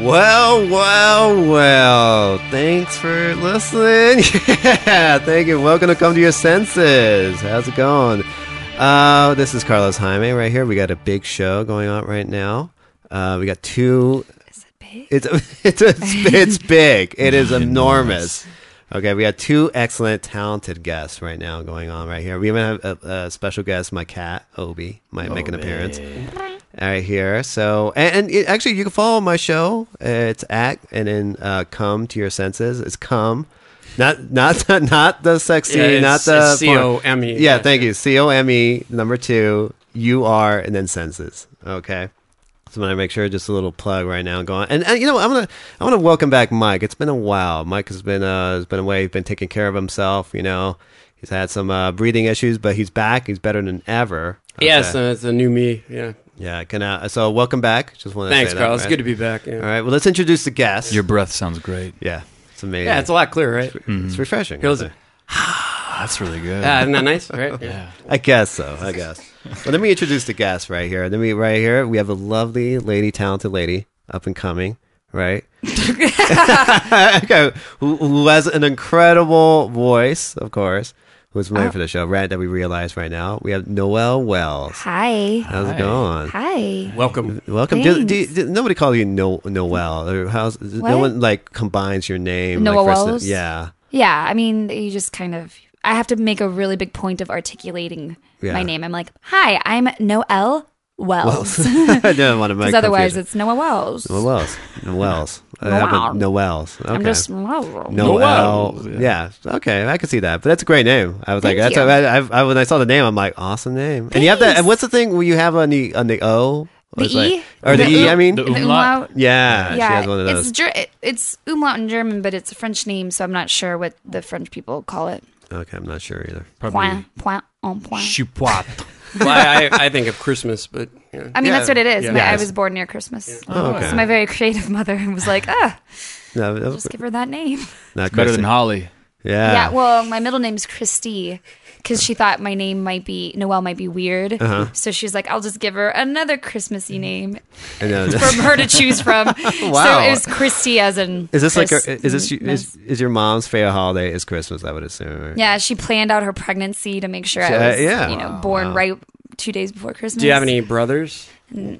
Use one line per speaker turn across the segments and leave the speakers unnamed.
Well, well, well. Thanks for listening. yeah, thank you. Welcome to Come to Your Senses. How's it going? Uh, this is Carlos Jaime right here. We got a big show going on right now. Uh, we got two.
Is it big?
It's it's it's, it's big. It is enormous. Okay, we got two excellent, talented guests right now going on right here. We even have a, a special guest, my cat Obi, might make an
Oh,
appearance right here. So, and, and it, actually, you can follow my show. Uh, It's at and then uh, come to your senses. It's come, not not not the sexy,
Yeah, it's-
not the
it's
porn.
C-O-M-E.
E, Yeah, thank you. C O M E number two. U R and then senses. Okay. So I'm gonna make sure just a little plug right now going and, and you know what, I'm gonna I wanna welcome back Mike. It's been a while. Mike has been uh has been away, he's been taking care of himself, you know. He's had some uh, breathing issues, but he's back, he's better than ever.
Yes,
Okay.
uh, it's a new me. Yeah.
yeah, can uh, so welcome back. Just wanna
Thanks,
say
Carl.
that,
It's
right?
good to be back. Yeah.
All right, well let's introduce the guest.
Your breath sounds great.
yeah, it's amazing.
yeah, it's a lot clearer, right?
it's refreshing.
Feels-
isn't it?
Ah, That's really good.
Yeah, isn't that nice? All right. Yeah.
I guess so. I guess. well, let me introduce the guest right here. Then we right here we have a lovely lady, talented lady, up and coming, right? okay, who, who has an incredible voice, of course. Who's running for the
Oh.
show? Right that we realize right now. We have Noelle Wells.
Hi.
How's it going?
Hi.
Welcome.
Welcome. Do,
Thanks.
do, do- nobody call you no, Noelle. Or how's no
What?
one like combines your name? like, first name-
Noelles?
yeah.
Yeah, I mean, you just kind of. I have to make a really big point of articulating
Yeah.
my name. I'm like, hi, I'm Noel Wells. Because
I don't want to make
otherwise,
confusing.
it's Noel Wells.
Noelles. Noelles. I have a Noelles. Okay.
I'm just.
Noel. Yeah. Okay, I can see that. But that's a great name. I was like,
Thank
that's I, I, I, when I saw the name, I'm like, awesome name. And you have that. And what's the thing you have on the on the O?
The
It's like-
E?
or the,
The o-
E? I mean,
the
The
umlaut.
umlaut.
yeah, she
Yeah,
has one of
it's
those.
Ger- it- it's umlaut in German, but it's a French name, so I'm not sure what the French people call it.
okay, I'm not sure either.
Point, point, en point.
Chupoit.
Well, I, I think of Christmas, but yeah.
I mean, that's what it is.
Yeah.
My- I
Yes.
was born near Christmas,
Oh, okay.
so my very creative mother was like, "Ah,
No, that was
just give her that name."
not
Better
Chrissy.
than Holly.
Yeah.
Yeah, well, my middle name's Christy because she thought my name might be Noel might be weird.
Uh-huh.
So she's like, I'll just give her another Christmassy name
And, uh,
for her to choose from.
Wow.
So it was Christy as in.
is this like?
Chris-
A, is this is, is your mom's favorite holiday? Is Christmas? I would assume. right?
Yeah, she planned out her pregnancy to make sure
Uh,
I was,
yeah.
you know, born right two days before Christmas.
Do you have any brothers?
No,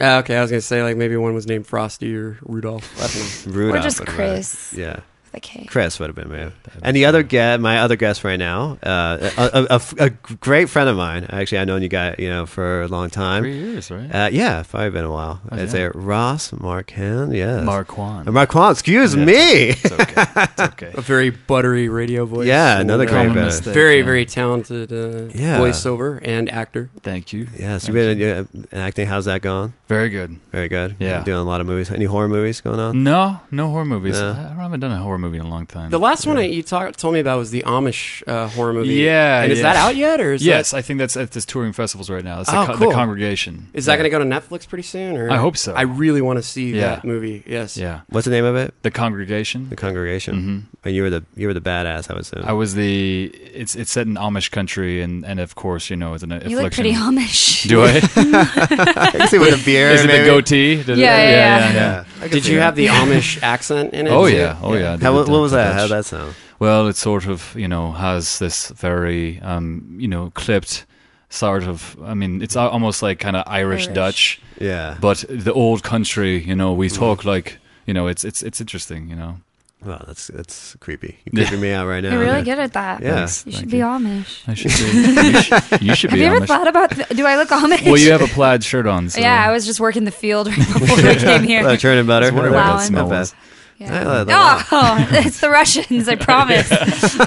Ah, okay, I was gonna say like maybe one was named Frosty or Rudolph. I don't know.
Rudolph
just
would have-
Chris.
Yeah.
with a K.
Chris would have been me. And the other guest, my other guest right now, uh, a, a- a f- a great friend of mine. Actually, I've known you guys, you know, for a long time.
Three years, Oh, right?
Uh, yeah, probably been a while. I'd say Ross Marquand. Yes,
Marquand.
Uh, Marquand. Excuse me.
It's okay. It's okay.
A very buttery radio voice.
Yeah,
And,
another
uh,
great
Common
band.
mistake.
Very,
Yeah.
very talented uh,
Yeah.
voiceover and actor.
Thank you.
Yes,
Thank
you've been uh, acting. How's that going?
Very good.
Very good.
Yeah.
doing a lot of movies. Any horror movies going on?
No, no horror movies.
No.
I I haven't done a horror movie in a long time.
The last one that you talk, told me about was the Amish uh, horror movie.
Yeah,
and is
yeah.
that out yet, or is
yes,
That,
I think that's at this touring festivals right now. It's
Oh,
the, co-
cool.
the congregation.
is that
yeah.
going to go to Netflix pretty soon? Or
I hope so.
I really want to see
Yeah.
that movie. Yes.
Yeah,
What's the name of it?
the congregation.
The Congregation. And you were the you were the badass. I would assume.
Mm-hmm. I was the. It's it's set in Amish country, and and of course you know it's an
You
affliction.
look pretty Amish.
Do I?
I can see with a beard.
Is it the
maybe.
goatee? Did it-
Yeah, yeah, yeah.
Yeah. I can
Did
see
you
that.
have the Amish accent in it?
Oh
too?
yeah, oh yeah.
How,
Did
what
the-
what was
the
that?
Dutch.
How'd that sound?
Well, it sort of, you know, has this very, um, you know, clipped sort of. I mean, it's al- almost like kind of Irish
Irish.
Dutch,
Yeah.
but the old country. You know, we talk like, you know, it's it's it's interesting. You know,
Wow, that's that's creepy. You're creeping me out right now.
You're really good at that.
Yeah.
You
Thank
should be Amish.
I should be. you, should, you should
Have
be.
you ever
Amish.
thought about? th- do I look Amish?
well, you have a plaid shirt on. So.
Yeah, I was just working the field right before I came here.
Uh, churn and butter.
I was wondering
what
Wow.
that smell
Not
was.
bad.
Yeah.
I like that.
Oh, it's the Russians, I promise.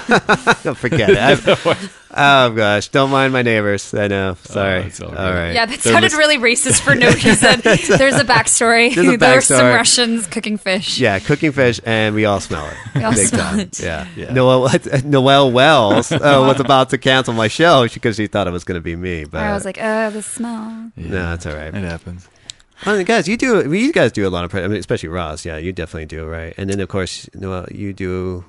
Don't forget it. I've- oh gosh, don't mind my neighbors. I know. Sorry.
Oh, it's all
all
good.
right.
Yeah, that
They're
sounded
mis-
really racist for no reason. There's a backstory.
There's a
there were some
backstory.
Russians cooking fish.
Yeah, cooking fish, and we all smell it.
We all
Big
smell
time.
it.
Yeah.
Yeah.
Noel, Noelle Wells uh, was about to cancel my show because she thought it was going to be me. But
I was like, oh, the smell.
Yeah.
no, that's all right.
It happens.
I mean, guys, you do. well, You guys do a lot of, pre- I mean, especially Ross. Yeah, you definitely do, right? And then of course, Noelle, you do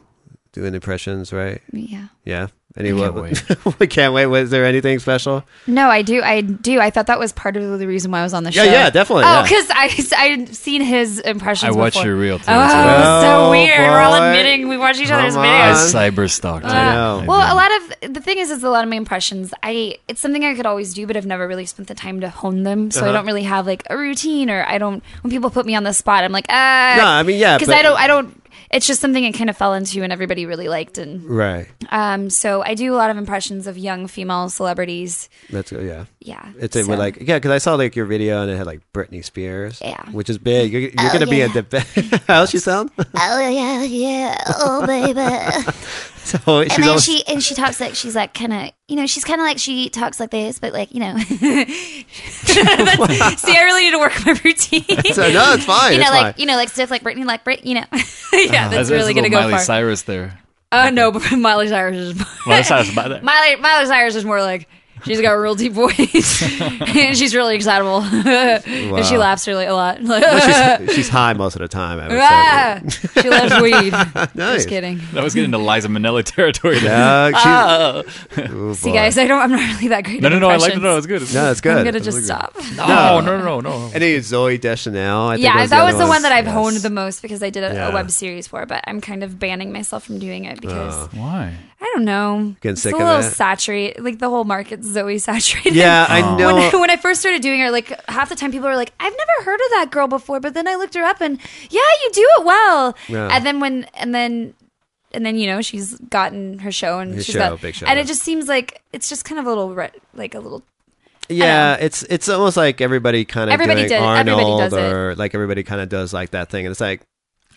doing impressions, right?
Yeah.
Yeah. Any,
can't
what- we can't wait. Was there anything special?
No, I do. I do. I thought that was part of the reason why I was on the
Yeah,
show.
yeah, definitely,
Oh,
yeah.
because I I'd seen his impressions.
I watch
before.
your reel too.
Oh,
well.
so
Oh,
weird. We're all
boy.
admitting we watch each
Come
other's
on.
I
videos.
cyber stalked.
I know.
Uh, Well, a lot of the thing is, is a lot of my impressions. I it's something I could always do, but I've never really spent the time to hone them. So I
Uh-huh.
don't really have like a routine, or I don't. When people put me on the spot, I'm like, ah,
No, I mean, yeah,
because
but-
I don't. I don't. It's just something I kind of fell into, and everybody really liked. And
Right.
um, so I do a lot of impressions of young female celebrities.
That's uh, yeah.
Yeah,
It's it
so-
would like yeah, because I saw like your video and it had like Britney Spears.
Yeah. Oh,
Which is big. You're, you're gonna
yeah.
be at the how she sound?
oh yeah, yeah, oh baby.
Um,
so she's
and then
almost-
she and she talks like she's like kind of you know she's kind of like she talks like this but like you know That's- see I really need to work on my routine
so, no, it's fine.
you know
it's
like
fine.
you know like stuff like Britney like Brit you know
Uh-huh.
yeah that's really gonna go
Miley
far
Cyrus there.
oh no but Miley Cyrus is
Miley Cyrus by there.
Miley Miley Cyrus is more like she's got a real deep voice and she's really excitable and she
Wow.
laughs really a lot
she's, she's high most of the time. I would say.
Ah, she loves weed
Nice.
just kidding
That was getting into Liza Minnelli territory. there.
No, she-
Ah.
oh,
see
boy.
guys I don't I'm not really that great
No,
at
no, no. I like it.
impressions.
No, it's good. It's
No,
good.
it's good.
I'm gonna
That's
just
really good.
stop.
No, no, no, no.
And then Zoe Deschanel. I think
yeah,
the
that was
other
the one that I've
Yes.
honed the most because I did a,
Yeah.
a web series for, but I'm kind of banning myself from doing it because
Oh.
Why?
I don't know.
Getting
it's
sick
a
of
little
it?
saturated. Like the whole market's Zoe saturated.
Yeah, I know.
When, when I first started doing it, like half the time people were like, "I've never heard of that girl before," but then I looked her up, and yeah, you do it well.
Yeah.
And then when, and then, and then you know she's gotten her show and
Her
she's
show,
got,
big show,
and
yeah.
it just seems like it's just kind of a little, re- like a little
Yeah, it's it's almost like everybody kind of
Everybody
doing
did-
Arnold
everybody does it.
or like everybody kind of does like that thing, and it's like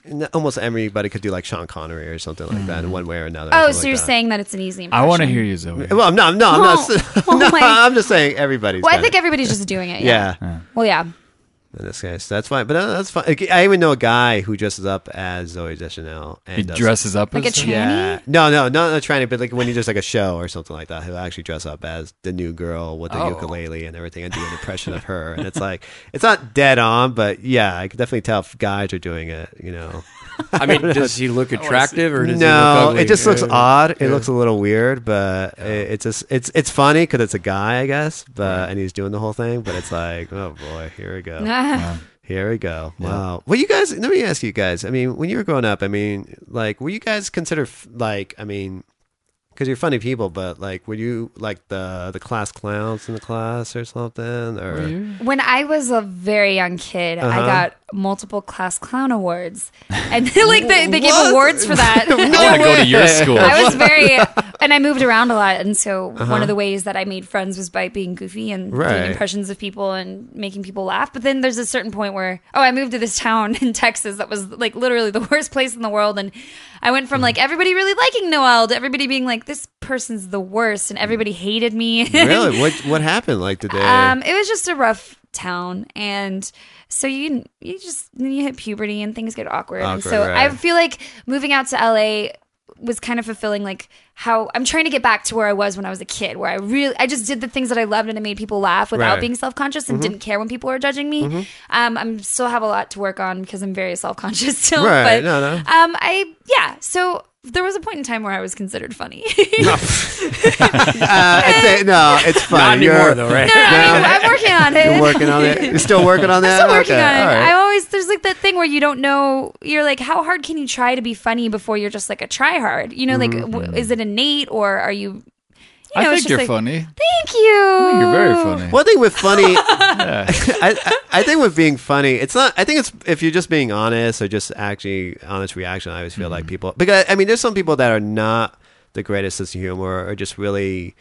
n- almost everybody could do like Sean Connery or something like that in one way or another.
Oh,
something
so
like
you're
that.
saying that it's an easy impression?
I want to hear you, Zoe.
Well, no, no, I'm not.
Oh,
no,
oh my-
I'm just saying everybody's.
Well, I
done
think
it.
everybody's just doing it. Yeah.
yeah,
Well, yeah.
in this case, that's fine. But uh, that's fine. Like, I even know a guy who dresses up as Zoe Deschanel and
He
does-
dresses up
Like
as
a
Zoe?
tra-
Yeah, no, no, not not trying to, but like when he does like a show or something like that, he'll actually dress up as the new girl with the
Oh.
ukulele and everything and do an impression of her. And it's like it's not dead on, but yeah, I can definitely tell if guys are doing it. You know,
I mean, does he look attractive or does he look
no,
ugly?
it just looks
Yeah.
odd. It looks a little weird, but it, it's just it's it's funny because it's a guy, I guess, but and he's doing the whole thing. But it's like, oh boy, here we go. Here we go. Wow. Well, you guys, let me ask you guys. I mean, when you were growing up, I mean, like, were you guys considered f- like, I mean, because you're funny people, but like, were you like the the class clowns in the class or something? Or
When I was a very young kid, I
Uh-huh.
got multiple class clown awards, and like they, they gave awards for that.
I want to go to your school.
I was very, and I moved around a lot, and so one of the ways that I made friends was by being goofy and
Uh-huh. Right.
doing impressions of people and making people laugh. But then there's a certain point where, oh, I moved to this town in Texas that was like literally the worst place in the world, and I went from
Mm-hmm.
like everybody really liking Noel to everybody being like, this person's the worst, and everybody hated me.
really, what what happened? Like today?
Um, it was just a rough town, and so you you just you hit puberty and things get awkward. and
Awkward,
so
right.
I feel like moving out to LA was kind of fulfilling like how I'm trying to get back to where I was when I was a kid where I really I just did the things that I loved and I made people laugh without
Right. Mm-hmm.
being self-conscious and didn't care when people were judging me. Um I'm still have a lot to work on because I'm very self-conscious still
Right,
but
no, no.
um I yeah so there was a point in time where I was considered funny.
Uh, I'd say- no, it's fine.
Not
You're-
anymore, though, right?
I mean, I'm working on it.
You're working on it. You're still working on that.
still working
Oh, Okay,
on it.
all right.
I always there's like that thing where you don't know. You're like, how hard can you try to be funny before you're just like a try hard? You know, like w- is it innate or are you? you know,
I
it's
think
just
you're
like,
funny.
Thank you.
You're very funny.
One thing with funny, I, I, I think with being funny, it's not. I think it's if you're just being honest or just actually honest reaction. I always feel like people because I mean, there's some people that are not the greatest sense of humor or just really.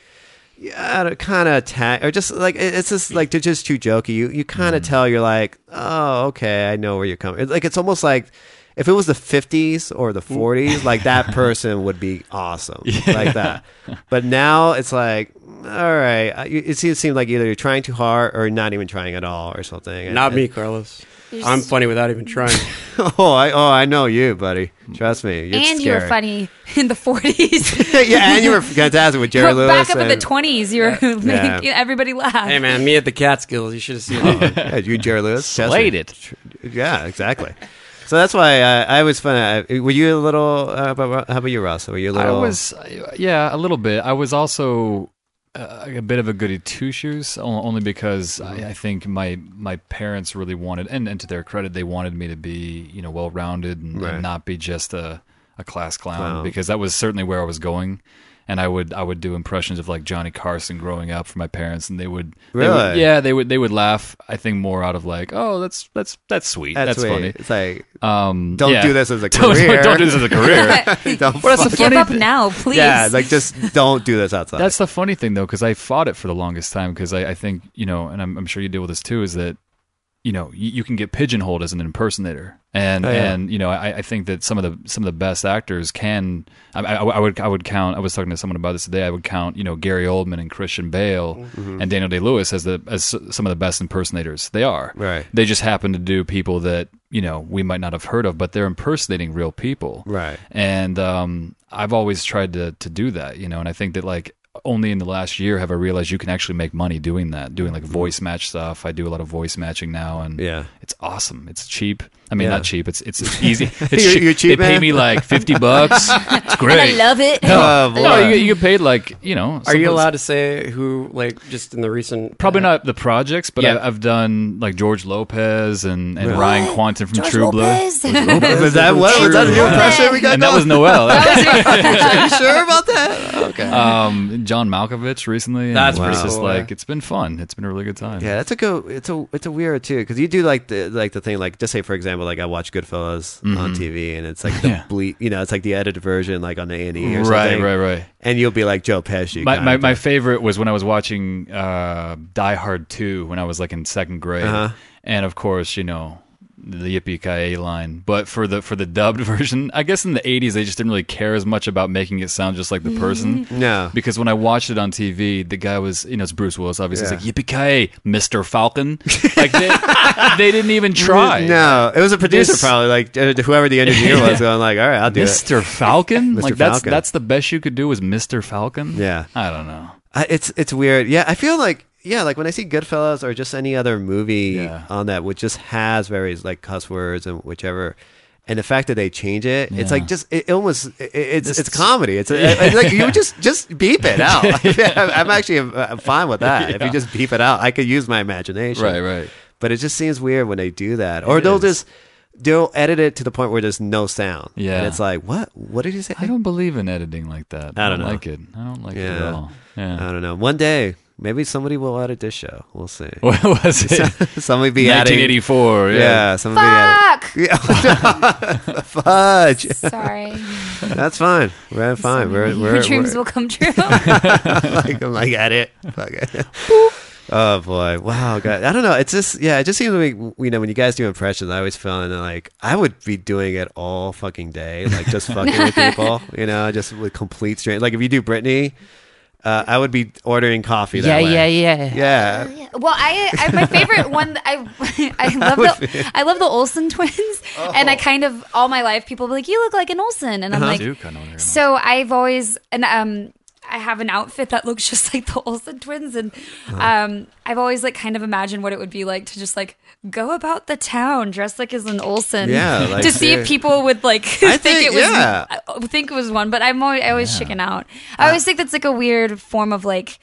Yeah, kind of attack, or just like it- it's just like they're just too jokey. You you kind of
Mm.
tell you're like, oh, okay, I know where you're coming. It's like it's almost like if it was the 50s or the 40s, like that person would be awesome, like that. But now it's like, all right, I- you- it seems seems like either you're trying too hard or not even trying at all or something. And-
Not
and-
me, Carlos. I'm funny without even trying.
oh, I oh I know you, buddy. Trust me, you're
and you were
scary.
funny in the 40s.
yeah, and you were fantastic with Jerry
But
Lewis.
back up in
and,
the 20s, you were
Yeah.
making everybody laugh.
hey, man,
Oh.
me at the Catskills. You should have seen. it.
yeah, you Jerry Lewis Chester.
Slayed it.
Yeah, exactly. So that's why I, I was fun. I, were you a little? Uh, about, how about you, Ross? Were you a
I
little?
was, yeah, a little bit. I was also uh, a bit of a goody two shoes, o- only because
Mm-hmm.
I, I think my my parents really wanted, and, and to their credit, they wanted me to be you know well rounded and, and
Right.
not be just a a class clown
Clown.
because that was certainly where I was going. And I would I would do impressions of like Johnny Carson growing up for my parents, and they would they would-
Really?
yeah they would they would laugh I think more out of like oh that's that's that's sweet that's,
weird.
funny
It's like
um
don't
yeah.
do this as a
Don't-
career.
don't, do this as a career
Don't
Well, that's the
fuck-
Give
funny
up
thi-
now, please.
yeah, like just don't do this outside.
That's the funny thing though, because I fought it for the longest time. Because I, I think you know, and I'm, I'm sure you deal with this too, is that you know you, you can get pigeonholed as an impersonator, and
Oh, yeah.
and you know I, I think that some of the some of the best actors can. I, I, I would I would count. I was talking to someone about this today. I would count you know Gary Oldman and Christian Bale
Mm-hmm.
and Daniel Day Lewis as the as some of the best impersonators. They are
Right.
They just happen to do people that you know we might not have heard of, but they're impersonating real people
right.
and um, I've always tried to to do that, you know. And I think that like only in the last year have I realized you can actually make money doing that, doing like voice match stuff. I do a lot of voice matching now, and
Yeah.
it's awesome. It's cheap. I mean,
Yeah.
not cheap. It's it's, it's easy. It's
You're- you're cheap,
They pay
man.
me like fifty bucks. It's
And I
great.
love it.
Oh,
no,
boy.
you get, you get paid like you know.
Are you
sometimes-
allowed to say who, like, just in the recent?
Probably not the projects, but
Yeah.
I, I've done like George Lopez and, and Ryan Quanten from
George
True Blood.
Lopez. that
Was that what? Was that a new
True.
impression we got?
And that was
going?
Noel.
Are you sure about that? Okay.
um, John Malkovich recently. and
That's
it's
pretty
just
cool,
like
yeah.
it's been fun. It's been a really good time.
Yeah, that's a go. It's a it's a weird too because you do like the like the thing like just say for example like I watch Goodfellas on TV and it's like the
Mm-hmm. Yeah.
bleep you know it's like the edited version like on the A and E or
Right,
something
right, right.
and you'll be like Joe Pesci
My,
kind
my,
of
my
thing.
favorite was when I was watching uh, Die Hard 2 when I was like in second grade.
Uh-huh.
And of course, you know, the yippee ki line. But for the for the dubbed version, I guess in the 80s they just didn't really care as much about making it sound just like the person.
no
Because when I watched it on TV, the guy was, you know, it's Bruce Willis, obviously.
Yeah.
He's like, yippee ki Mr. Falcon. Like, they, they didn't even try.
no it was a producer
This-
probably like uh, whoever the engineer was going like all right I'll do it
Mr. Falcon?
Mr.
Like that's
Falcon.
that's the best you could do is Mr. Falcon?
Yeah.
I don't know.
I, it's it's weird. Yeah, I feel like yeah, like when I see Goodfellas or just any other movie
Yeah.
on that, which just has various like cuss words and whichever. And the fact that they change it, it's like
Yeah.
just it almost it, it's
This-
it's comedy. It's it's like you just just beep it out. I'm, I'm actually uh, fine with that. If you just beep it out, I could use my imagination.
Right, right.
But it just seems weird when they do that, or they'll just they'll edit it to the point where there's no sound.
Yeah.
and it's like what what did you say?
I don't believe in editing like that.
I don't know.
like it. I don't like it
Yeah.
at all. Yeah.
I don't know. One day, maybe somebody will edit this show. We'll see.
What was it?
somebody be adding.
1984. Yeah.
Yeah, somebody
Fuck.
be adding. Fudge.
Sorry.
That's fine. We're fine. We're we're,
Your dreams
we're
will come true.
like I'm like at it. Fuck it. Oh boy! Wow, God. I don't know. It's just yeah. It just seems like you know when you guys do impressions, I always feel like I would be doing it all fucking day, like just fucking with people, you know, just with complete strangers. Like if you do Britney, uh, I would be ordering coffee. That way.
yeah.
yeah.
well, I, I my favorite one. I I love the I love the Olsen twins, and I kind of all my life people be like, "You look like an Olsen," and I'm
I
like,
do kind of wonder.
So I've always and um I have an outfit that looks just like the Olsen twins and um I've always like kind of imagined what it would be like to just like go about the town dressed like as an Olsen.
Yeah, like,
to see if
dude.
people would like
I
think,
think-
it was
yeah. Uh,
I oh, think it was one, but I'm always I always chicken out. I always think that's like a weird form of like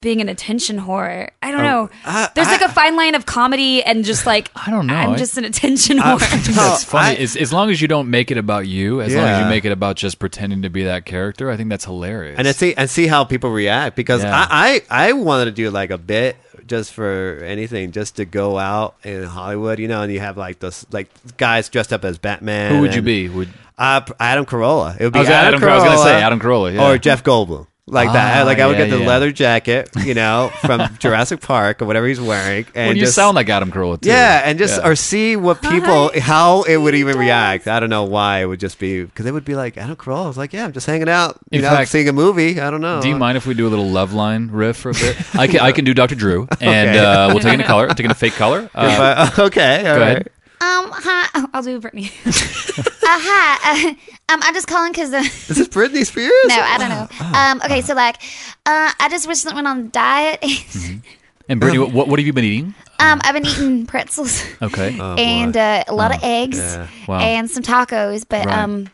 being an attention whore. I don't know.
I-
There's
Oh, uh, I-
like a fine line of comedy and just like
I don't know.
I'm
I-
just an attention
I-
whore.
No,
That's funny.
Oh, I-
as, as long as you don't make it about you, as long as
Yeah.
you make it about just pretending to be that character, I think that's hilarious.
and I see and see how people react because
Yeah.
I, I I wanted to do like a bit just for anything, just to go out in Hollywood, you know, and you have like those like guys dressed up as Batman.
Who would you
and-
be? Would
Uh, p- Adam Carolla. It would be
I was,
Adam,
Adam Carolla. I was gonna say
Carolla
Adam Carolla. Yeah.
or Jeff Goldblum. Like that,
Ah,
like I would
yeah,
get the
yeah.
leather jacket, you know, from Jurassic Park or whatever he's wearing, and
Well, you
just,
sound like Adam Carolla too.
yeah, and just
Yeah.
or see what people
Hi.
how it would even
Yes.
react. I don't know why it would just be because it would be like Adam Carolla. I was like, yeah, I'm just hanging out, you
In
know,
fact-
seeing a movie. I don't know.
Do you mind if we do a little love line riff for a bit? I can I can do Dr. Drew, and uh, we'll take in a color, take in a fake color.
If
Uh,
I- okay, all
go
right.
ahead.
Um, hi. Oh,
I'll do Britney.
uh, hi. Uh, um, I'm just calling because uh,
Is this Britney Spears?
no, I don't know.
Ah,
Um, okay, so like, uh, I just recently went on diet.
And Brittany, what what have you been eating?
Um, I've been eating pretzels
Okay.
Oh, boy. Oh,
and uh, a lot of eggs
yeah.
Wow.
and some tacos, but
Right.
um,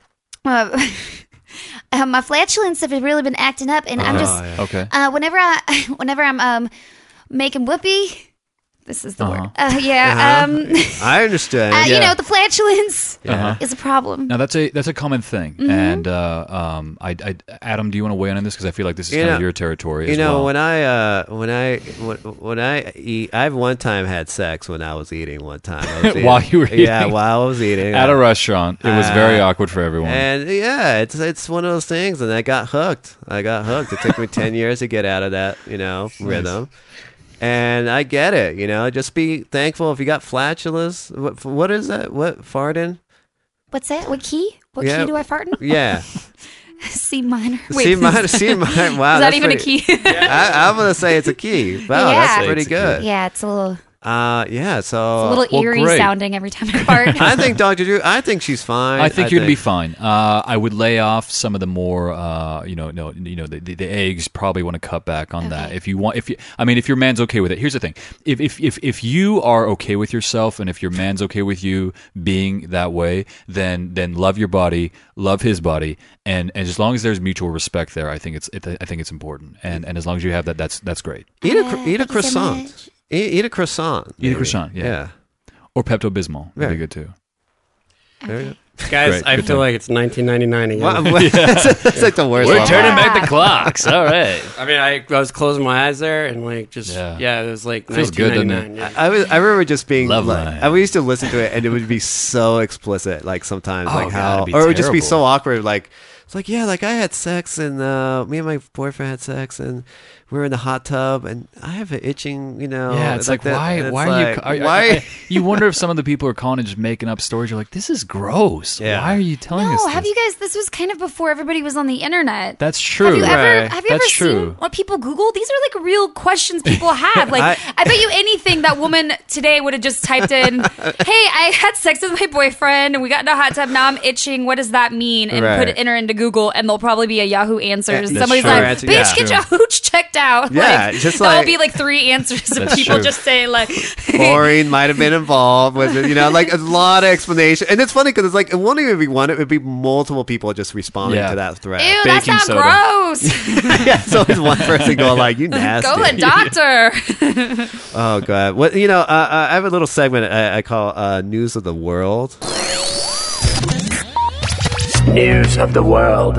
uh, uh, my flatulence have really been acting up, and I'm
Oh,
just
yeah.
okay.
uh, whenever I whenever I'm um making whoopee. This is the
Uh-huh.
word. Uh, yeah.
Uh-huh.
Um,
I understand.
uh, You
Yeah.
know, the flatulence
Uh-huh.
is a problem.
Now that's a that's a common thing,
Mm-hmm.
and uh, um, I, I Adam, do you want to weigh in on this because I feel like this is
You
kind of
know-
your territory.
You
as
know,
well.
when I uh, when I when, when I eat, I've one time had sex when I was eating. One time I was eating.
While you were
yeah,
eating.
while I was eating
at a restaurant, it was very
Uh,
awkward for everyone.
And yeah, it's it's one of those things, and I got hooked. I got hooked. It took me ten years to get out of that, you know, rhythm. And I get it, you know. Just be thankful if you got flatulas. What, what is that? What farting?
What's that? What key? What
Yeah.
key do I fart in?
Yeah,
C minor.
Wait,
see
is-
my see my. Wow,
is that
that's
even
pretty-
a key?
I, I'm gonna say it's a key. Wow,
Yeah.
that's pretty
It's a
good.
Yeah, it's a little,
Uh, yeah. So
a little
well,
eerie
great.
sounding every time I fart.
I think Dr. Drew, I think she's fine.
I think you're gonna be fine. Uh, I would lay off some of the more, uh, you know, no, you know, the, the, the eggs. Probably want to cut back on that if you want. If you, I mean, if your man's okay with it. Here's the thing: if if if if you are okay with yourself, and if your man's okay with you being that way, then then love your body, love his body, and, and as long as there's mutual respect there, I think it's it, I think it's important. And and as long as you have that, that's that's great.
Eat a, cr- eat a
thank you so
croissant.
much.
eat, eat a croissant.
Eat a
maybe.
croissant, yeah. Or Pepto Bismol would
Very.
be good too.
There you
Guys,
Great,
I
good
feel
time.
like it's 1999 again.
go. Wow, that's like the worst. one.
back the clocks. All right.
I mean, I, I was closing my eyes there and like just
Yeah.
yeah, it was like
Feels good, doesn't it?
1999. yeah.
I was, I remember just being
Love
like,
line.
I used to listen to it and it would be so explicit, like sometimes,
Oh, God,
like how, or
it'd be
it would just be
terrible.
so awkward, like. It's like yeah, like I had sex and uh, me and my boyfriend had sex and we were in the hot tub and I have an itching, you know.
Yeah, it's like,
Oh, that. And
why?
it's
Why
like,
are you? Are,
why?
why? you wonder if some of the people are calling and just making up stories. You're like, this is gross.
Yeah.
Why are you telling us?
no, Oh, have
this?
you guys? This was kind of before everybody was on the internet.
That's true.
Have you ever
Right.
have you
That's
ever
true.
seen what people Google? These are like real questions people have. Like
I-
I, bet you anything that woman today would have just typed in, "Hey, I had sex with my boyfriend and we got in a hot tub. Now I'm itching. What does that mean?" And
Right.
put it enter into Google, and there'll probably be a Yahoo answers.
Yeah, that's
Somebody's
true.
like,
Answer-
"Bitch,
yeah.
get your hooch checked out."
Yeah, just
there'll
like-
be like three answers of
That's
people
true.
just saying like,
Chlorine might have been involved with it, you know, like a lot of explanation. And it's funny because it's like it won't even be one; it would be multiple people just responding
Yeah.
to that thread.
"Ew, that
Baking
sounds
soda.
gross.
yeah, so it's one person going like, "You nasty."
Go to doctor."
Oh god. What you know? Uh, uh, I have a little segment I, I call uh, "News of the World,"
News of the world.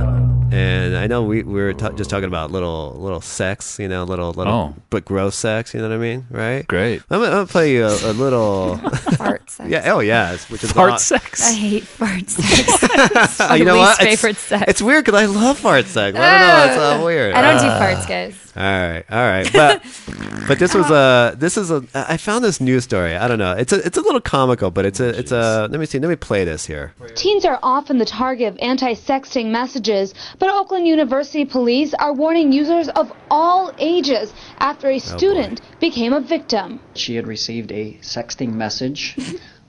and I know we, we were ta just talking about little little sex, you know, little little
Oh.
but gross sex. You know what I mean, right?
Great.
I'm, gonna- I'm gonna play you a, a little.
fart sex.
yeah. Oh yeah. it's- Which is
Fart
aw-
I
sex.
hate fart sex.
Uh, you know
least
what? It's-
favorite sex.
It's weird because I love fart sex. I don't know. It's uh, weird.
I don't do farts, guys.
All right, all right, but but this was a this is a I found this news story. I don't know. It's a it's a little comical, but it's a it's a let me see. Let me play this here.
Teens are often the target of anti sexting messages, but Oakland University police are warning users of all ages after a student became a victim.
she had received a sexting message,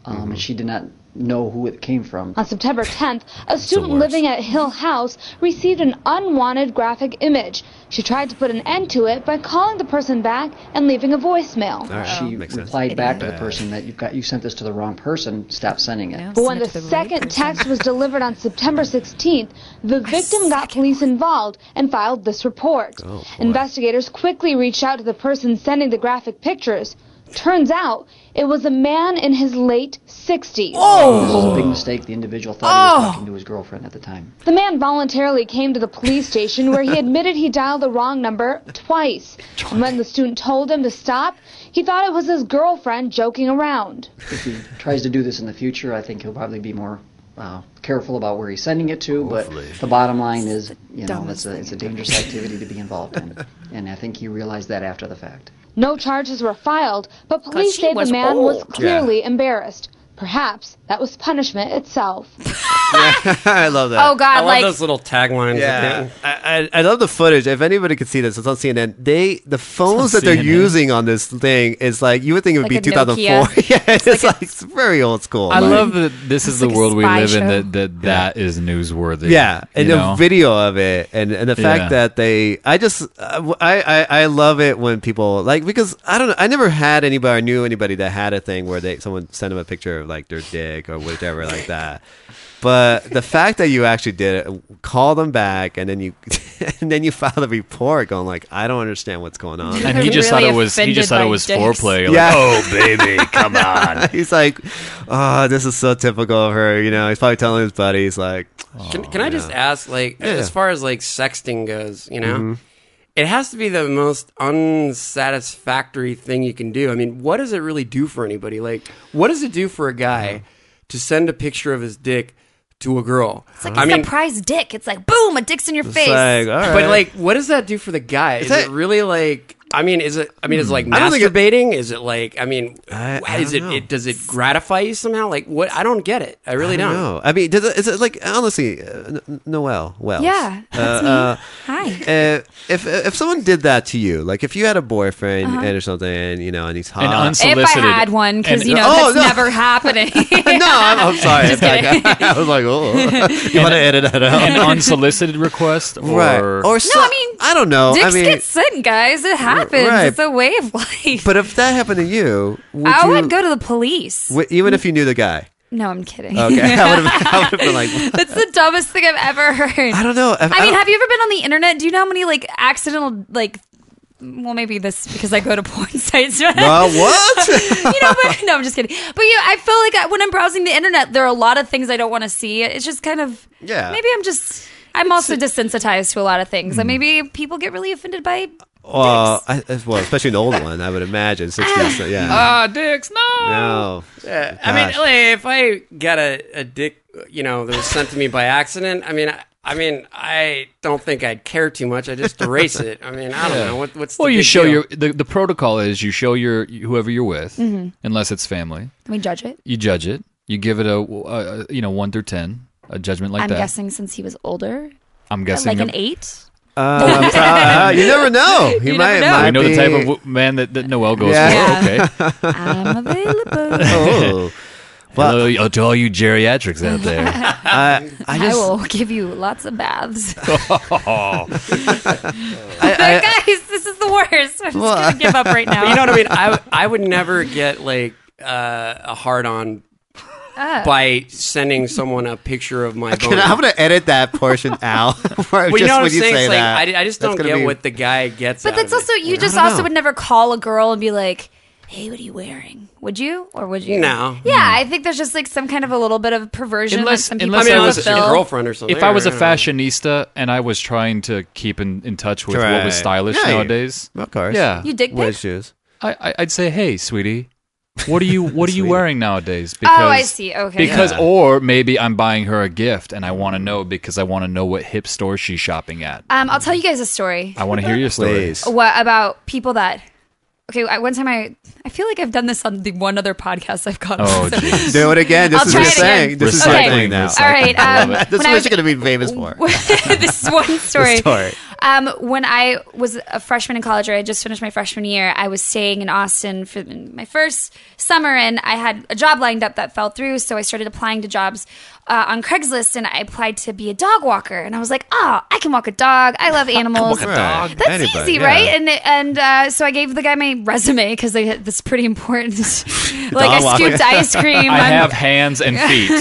um,
Mm-hmm.
and she did not know who it came from.
On September 10th, a student
worst.
living at Hill House received an unwanted graphic image. She tried to put an end to it by calling the person back and leaving a voicemail.
All right,
She
makes sense.
replied back to the person that you've got you sent this to the wrong person. Stop sending it.
But when the second text was delivered on September 16th, the victim got police involved and filed this report. Investigators quickly reached out to the person sending the graphic pictures. Turns out it was a man in his late 60s. Oh!
This was a
Oh.
big mistake. The individual thought he was talking to his girlfriend at the time.
The man voluntarily came to the police station where he admitted he dialed the wrong number twice. And when the student told him to stop, he thought it was his girlfriend joking around.
If he tries to do this in the future, I think he'll probably be more uh, careful about where he's sending it to. But the bottom line is, you know, it's a, it's a dangerous activity to be involved in, and I think he realized that after the fact.
No charges were filed, but police
she
say the
was
man was
old.
clearly embarrassed. Perhaps that was punishment itself.
I love that.
Oh God,
I love
like
those little taglines.
Yeah,
again.
I, I, I love the footage. If anybody could see this, it's on CNN. They the phones that they're
CNN.
using on this thing is like you would think it would
Like
be
a
2004.
Nokia.
yeah, it's, like, it's very old school.
I
Like,
love that this is the
like a
world we
spy
live in.
show.
That that that is newsworthy.
Yeah, and
you
the
know?
video of it, and, and the fact
Yeah.
that they, I just, I, I, I love it when people like because I don't know, I never had anybody, or knew anybody that had a thing where they someone sent them a picture of like their dick or whatever like that. But the fact that you actually did it, call them back, and then you, and then you file the report, going like, I don't understand what's going on.
and he just
Really
thought it was he
offended
just thought
by
it was
dicks.
foreplay. Like,
Yeah.
Oh, baby, come on.
He's like, oh, this is so typical of her. You know, he's probably telling his buddies like, Oh,
Can, can I just ask, like, as far as like sexting goes, you know,
Mm-hmm.
it has to be the most unsatisfactory thing you can do. I mean, what does it really do for anybody? Like, what does it do for a guy to send a picture of his dick to a girl?
it's like a
I mean,
surprise dick. It's like boom, a dick's in your
it's
face.
like, oh, all right.
but like, what does that do for the guy? Is,
that- Hmm.
it really like? I mean, is it? I mean, is it like
don't think it-
masturbating? Is it like? I mean,
I- I
is it,
don't know.
it? Does it gratify you somehow? Like, what? I don't get it. I really
I don't
don't.
know. I mean, does it, is it like honestly, uh, N- Noel Wells?
Yeah, that's
Uh, uh,
Hi.
uh, if if someone did that to you, like if you had a boyfriend
Uh-huh.
and or something, and you know, and he's hot.
And
If I
unsolicited.
had one, because
And-
you know
Oh,
that's
no.
never happening.
no, I'm, I'm sorry.
Just
Like, I was like, oh, you want to edit that out?
an unsolicited request, or,
right? Or so,
I mean,
I don't know.
Dicks
I mean,
get sent, guys. It happens.
right.
It's a way of life.
but if that happened to you, would
I
you,
would Oh, go to the police.
w- even if you knew the guy?
no, I'm kidding.
Okay, I would have I would've been like,
That's the dumbest thing I've ever heard.
I don't know. I,
I mean,
don't-
have you ever been on the internet? Do you know how many like accidental like? Well, maybe this because I go to porn sites. right?
Well, Uh, what?
you know, but no, I'm just kidding. But you, I feel like I, when I'm browsing the internet, there are a lot of things I don't want to see. It's just kind of
Yeah.
Maybe I'm just. I'm also desensitized to a lot of things,
Mm.
and maybe people get really offended by.
Well, I, as well, especially an old one, I would imagine. 60s, so, yeah.
ah, dicks, no.
No.
Yeah, I mean,
Gosh.
like, if I got a, a dick, you know, that was sent to me by accident, I mean, I, I mean, I don't think I'd care too much. I just erase it. I mean, I don't know what, what's.
Well,
the
you
big
show
deal?
your the, the protocol is you show your whoever you're with,
Mm-hmm.
unless it's family.
Can we judge it?
You judge it. You give it a, a you know one through ten, a judgment like
I'm
that.
guessing since he was older,
I'm
at
guessing
like an
a-
eight.
Uh, pro- uh, you never know.
You
You,
never
might,
know.
might
We know the type
be-
of w- man that, that Noel goes
Yeah.
for. Okay.
I'm available.
Oh. But
Hello, to all you geriatrics out there.
I, I
I
just,
will give you lots of baths.
I- I-
Guys, this is the worst. I'm just
Well,
gonna give up right now.
You know what I mean? I I would never get like uh, a hard on
Ah.
by sending someone a picture of my.
can,
boner.
I- I'm going to edit that portion out. Well,
well, you know what I'm saying? It's like, I, I just don't get what the guy gets.
but
out
that's
of it.
also you just
don't
also
know.
would never call a girl and be like, "Hey, what are you wearing?" Would you or would you?
No.
Yeah, I think there's just like some kind of a little bit of perversion
Unless-
that some people
I
unless
mean,
I
unless
was
it's
fulfill.
your girlfriend or something.
if I was a
or, you know.
fashionista and I was trying to keep in, in touch with what
Right.
was stylish
Yeah, you-
nowadays,
Of course.
yeah,
You dick pic?
Wedge shoes.
I, I, I'd say, hey, sweetie, what are you what are you
Sweetie.
wearing nowadays?
Oh, I see. Okay.
Because
Yeah.
or maybe I'm buying her a gift and I want to know because I want to know what hip store she's shopping at.
Um, I'll tell you guys a story.
I want to hear your story.
Please.
What about people that? Okay, I, one time I I feel like I've done this on the one other podcast I've gone.
Oh,
on, so-
jeez.
Do it again. This
I'll
is
try
what you're
it again.
saying. This is
Recycling
what you're saying now.
this.
All right. Um,
This is
when I
what
was-
you're going to be famous for.
this is one story.
story.
Um, when I was a freshman in college, or I had just finished my freshman year, I was staying in Austin for my first summer, and I had a job lined up that fell through. So I started applying to jobs uh, on Craigslist, and I applied to be a dog walker. And I was like, "Oh, I can walk a dog. I love animals.
Right.
That's
Anybody,
easy,
yeah.
right?" And and uh, so I gave the guy my resume because I had this pretty important. like
Dog
I
walker.
scooped ice cream.
I
I'm-
have hands and feet.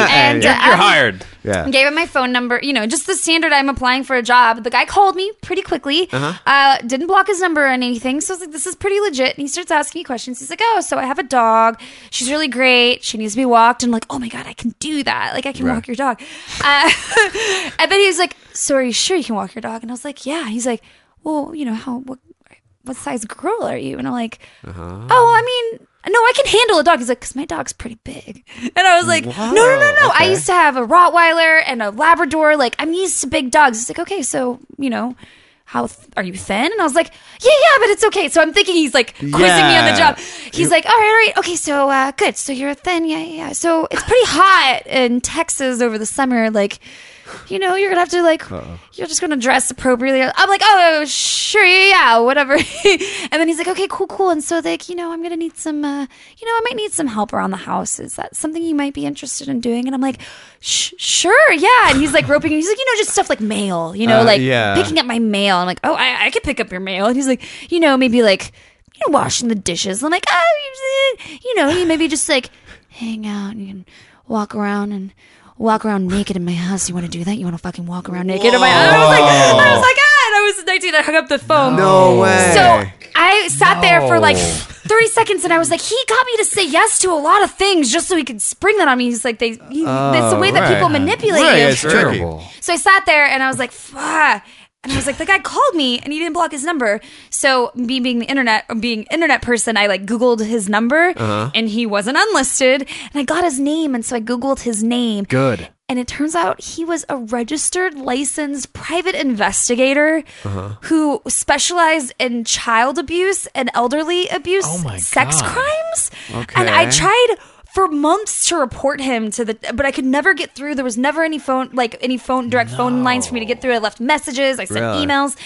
and
You're
uh, I was-
hired.
Yeah.
Gave him my phone number, you know, just the standard I'm applying for a job. The guy called me pretty quickly, uh didn't block his number or anything. So I was like, this is pretty legit. And he starts asking me questions. He's like, oh, so I have a dog. She's really great. She needs to be walked. And I'm like, oh my God, I can do that. Like, I can walk your dog. Uh, and then he was like, so are you sure you can walk your dog? And I was like, yeah. He's like, well, you know, how, what, what size girl are you? And I'm like, oh, I mean, no, I can handle a dog. He's like, because my dog's pretty big. And I was like, no, no, no, no. I used to have a Rottweiler and a Labrador. Like, I'm used to big dogs. It's like, okay, so, you know, how th- are you thin? And I was like, yeah, yeah, but it's okay. So I'm thinking he's like quizzing me on
Yeah.
the job. He's like, all right, all right, okay, so uh, good. So you're thin, yeah, yeah. yeah. So it's pretty hot in Texas over the summer, like. You know, you're gonna have to like, you're just gonna dress appropriately. I'm like, oh, sure, yeah, yeah, whatever. and then he's like, okay, cool, cool. And so like, you know, I'm gonna need some, uh, you know, I might need some help around the house. Is that something you might be interested in doing? And I'm like, Sh- sure, yeah. And he's like roping. He's like, you know, just stuff like mail. You know,
Uh,
like
yeah.
picking up my mail. I'm like, oh, I, I could pick up your mail. And he's like, you know, maybe like, you know, washing the dishes. I'm like, oh, you know, you maybe just like hang out and you can walk around and walk around naked in my house. You want to do that? You want to fucking walk around naked in my house? I was like, I was like, ah, and I was 19. I hung up the phone.
No way.
So I sat there for like 30 seconds and I was like, he got me to say yes to a lot of things just so he could spring that on me. He's like, they, he, that's the way that
right.
people manipulate
Right,
you.
it's tricky.
So I sat there and I was like, fuck. And I was like, the guy called me and he didn't block his number. So me being the internet, being internet person, I like Googled his number
Uh-huh.
and he wasn't unlisted. And I got his name. And so I Googled his name.
Good.
And it turns out he was a registered, licensed private investigator
Uh-huh.
who specialized in child abuse and elderly abuse,
Oh my
sex
God.
crimes. And I
Okay.
tried for months to report him to the, but I could never get through. There was never any phone, like any phone, direct phone lines for me to get through. I left messages, I sent
Really?
emails,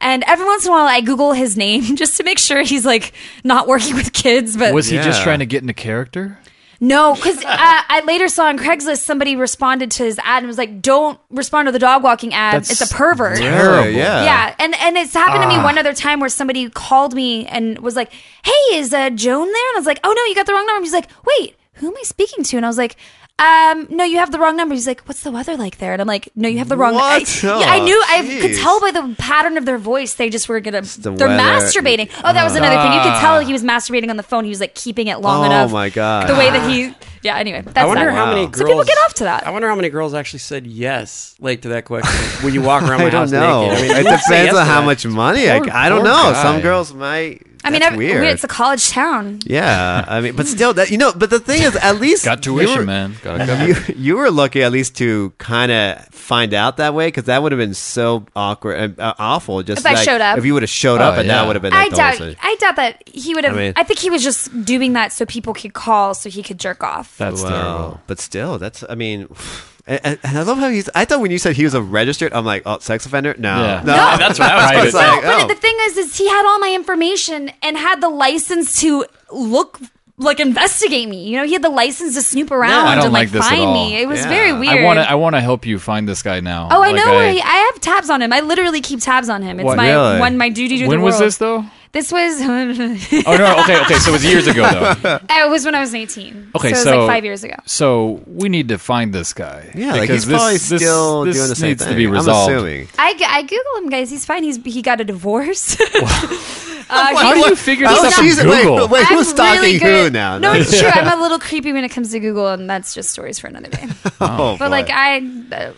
and every once in a while I Google his name just to make sure he's like not working with kids. But
Was he just
Yeah.
trying to get into character?
no, because uh, I later saw on Craigslist somebody responded to his ad and was like, "Don't respond to the dog walking ad.
That's
it's a pervert."
Terrible. Yeah.
Yeah, and and it's happened
Ah.
to me one other time where somebody called me and was like, "Hey, is uh, Joan there?" And I was like, "Oh no, you got the wrong number." He's like, "Wait, who am I speaking to?" And I was like. Um, no, you have the wrong number. He's like, "What's the weather like there?" And I'm like, "No, you have the wrong." I,
What?
yeah, I knew I could
Jeez.
tell by the pattern of their voice they just were gonna.
the
they're
weather.
masturbating. Oh, that was another thing. You could tell he was masturbating on the phone. He was like keeping it long
Oh
enough.
my God.
The way that he, yeah. Anyway, that's
I wonder
that.
how many
Wow.
girls.
So people get off to that.
I wonder how many girls actually said yes, like to that question. Will you walk around my
I don't
house
know.
naked? I mean,
it
who would say
depends
yes
on
to
how
that?
much money. I,
Poor-
I don't
poor
know.
guy.
Some girls might.
I mean,
that's
every,
weird.
it's a college town.
yeah, I mean, but still, that you know. But the thing is, at least
Got
you
tuition,
were-
man. Got a
You, you were lucky at least to kind of find out that way because that would have been so awkward and uh, awful. Just
If I
like,
showed up.
if you would have showed up,
Oh,
and
yeah.
that would have been.
I
Like, "Oh, the whole
doubt.
thing.
I doubt that he would have.
I
I,
mean-
think he was just doing that so people could call, so he could jerk off.
That's terrible.
Wow. But still, that's, I mean, and, and- and I love how he's, I thought when you said he was a registered, I'm like, oh, sex offender? No.
Yeah.
No.
No, that's what I was
I was
gonna
like,
but
oh.
the thing is, is he had all my information and had the license to look. Like investigate me, you know. He had the license to snoop around
I don't
and like,
like this at
find
all.
me. It was
Yeah.
very
I
weird.
I want to. I want to help you find this guy now.
oh, I
Like,
know where he. I have tabs on him. I literally keep tabs on him. It's
What?
my
Really?
one my duty to
when
the
was
world.
this though?
This was it
Oh no. Okay. Okay. So it was years ago though.
was when I was eighteen.
Okay,
so it was
so-
like five years ago.
So we need to find this guy.
Yeah, like
because
he's probably still doing the same
needs
thing.
to be resolved.
I'm assuming.
I, I Google him, guys. He's fine. He's he got a divorce. uh,
How do
he-
you figure
Oh,
this out
she's-
from
wait,
Google?
Wait, who's
I'm
stalking
really
who
good-
now?
No, it's true. I'm a little creepy when it comes to Google, and that's just stories for another day.
oh,
But
boy.
like I, uh,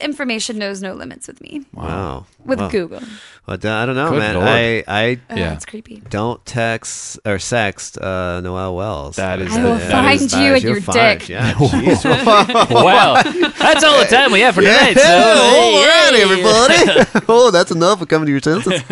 information knows no limits with me.
wow.
With
Wow.
Google,
But uh, I don't know,
Good
man.
Lord.
I, I
oh,
Yeah.
that's creepy.
don't text or sext uh, Noelle Wells.
That is
I will
that
find
is-
you
That is
and your
fine.
dick.
Yeah, jeez.
Wow, that's all the time we have for tonight. so-
all right, everybody. oh, that's enough for coming to your senses.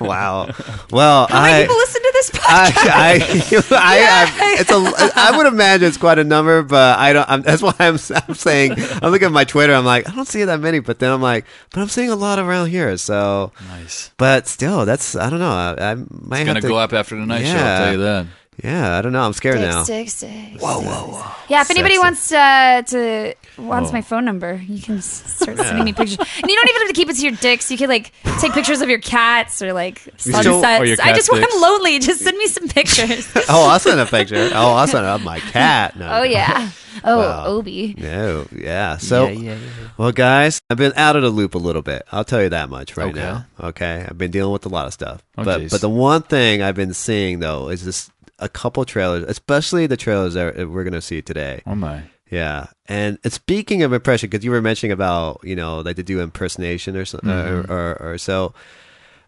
wow. Well,
How many
I,
people listen to this podcast?
I, I, I, I, it's a, I would imagine it's quite a number, but I don't. I'm, that's why I'm, I'm saying I'm looking at my Twitter. I'm like, I don't see that many, but then I'm like, but I'm seeing a lot around here. So,
Nice.
but still, that's I don't know. I, I might have
Gonna
to,
go up after the night show.
Yeah.
I'll tell you that.
Yeah, I don't know. I'm scared now.
Six, six, whoa, whoa, whoa. Yeah, if anybody wants uh, to wants my phone number, you can s- start sending me pictures. And you don't even have to keep it to your dicks. You can like take pictures of your cats or like sunsets.
still-
or your
I just
cat's
want
dicks.
I'm lonely. Just send me some pictures.
Oh, I'll send a picture. Oh, I'll send up my cat. No,
oh
I'm
yeah. Oh
Wow.
Obi.
No, yeah. So, well, guys, I've been out of the loop a little bit. I'll tell you that much right
Okay.
now. Okay, I've been dealing with a lot of stuff,
Oh,
but
geez.
but the one thing I've been seeing though is just a couple trailers, especially the trailers that we're gonna see today.
Oh my.
Yeah, and and speaking of impression, because you were mentioning about you know like to do impersonation or so,
Mm-hmm.
or, or, or so.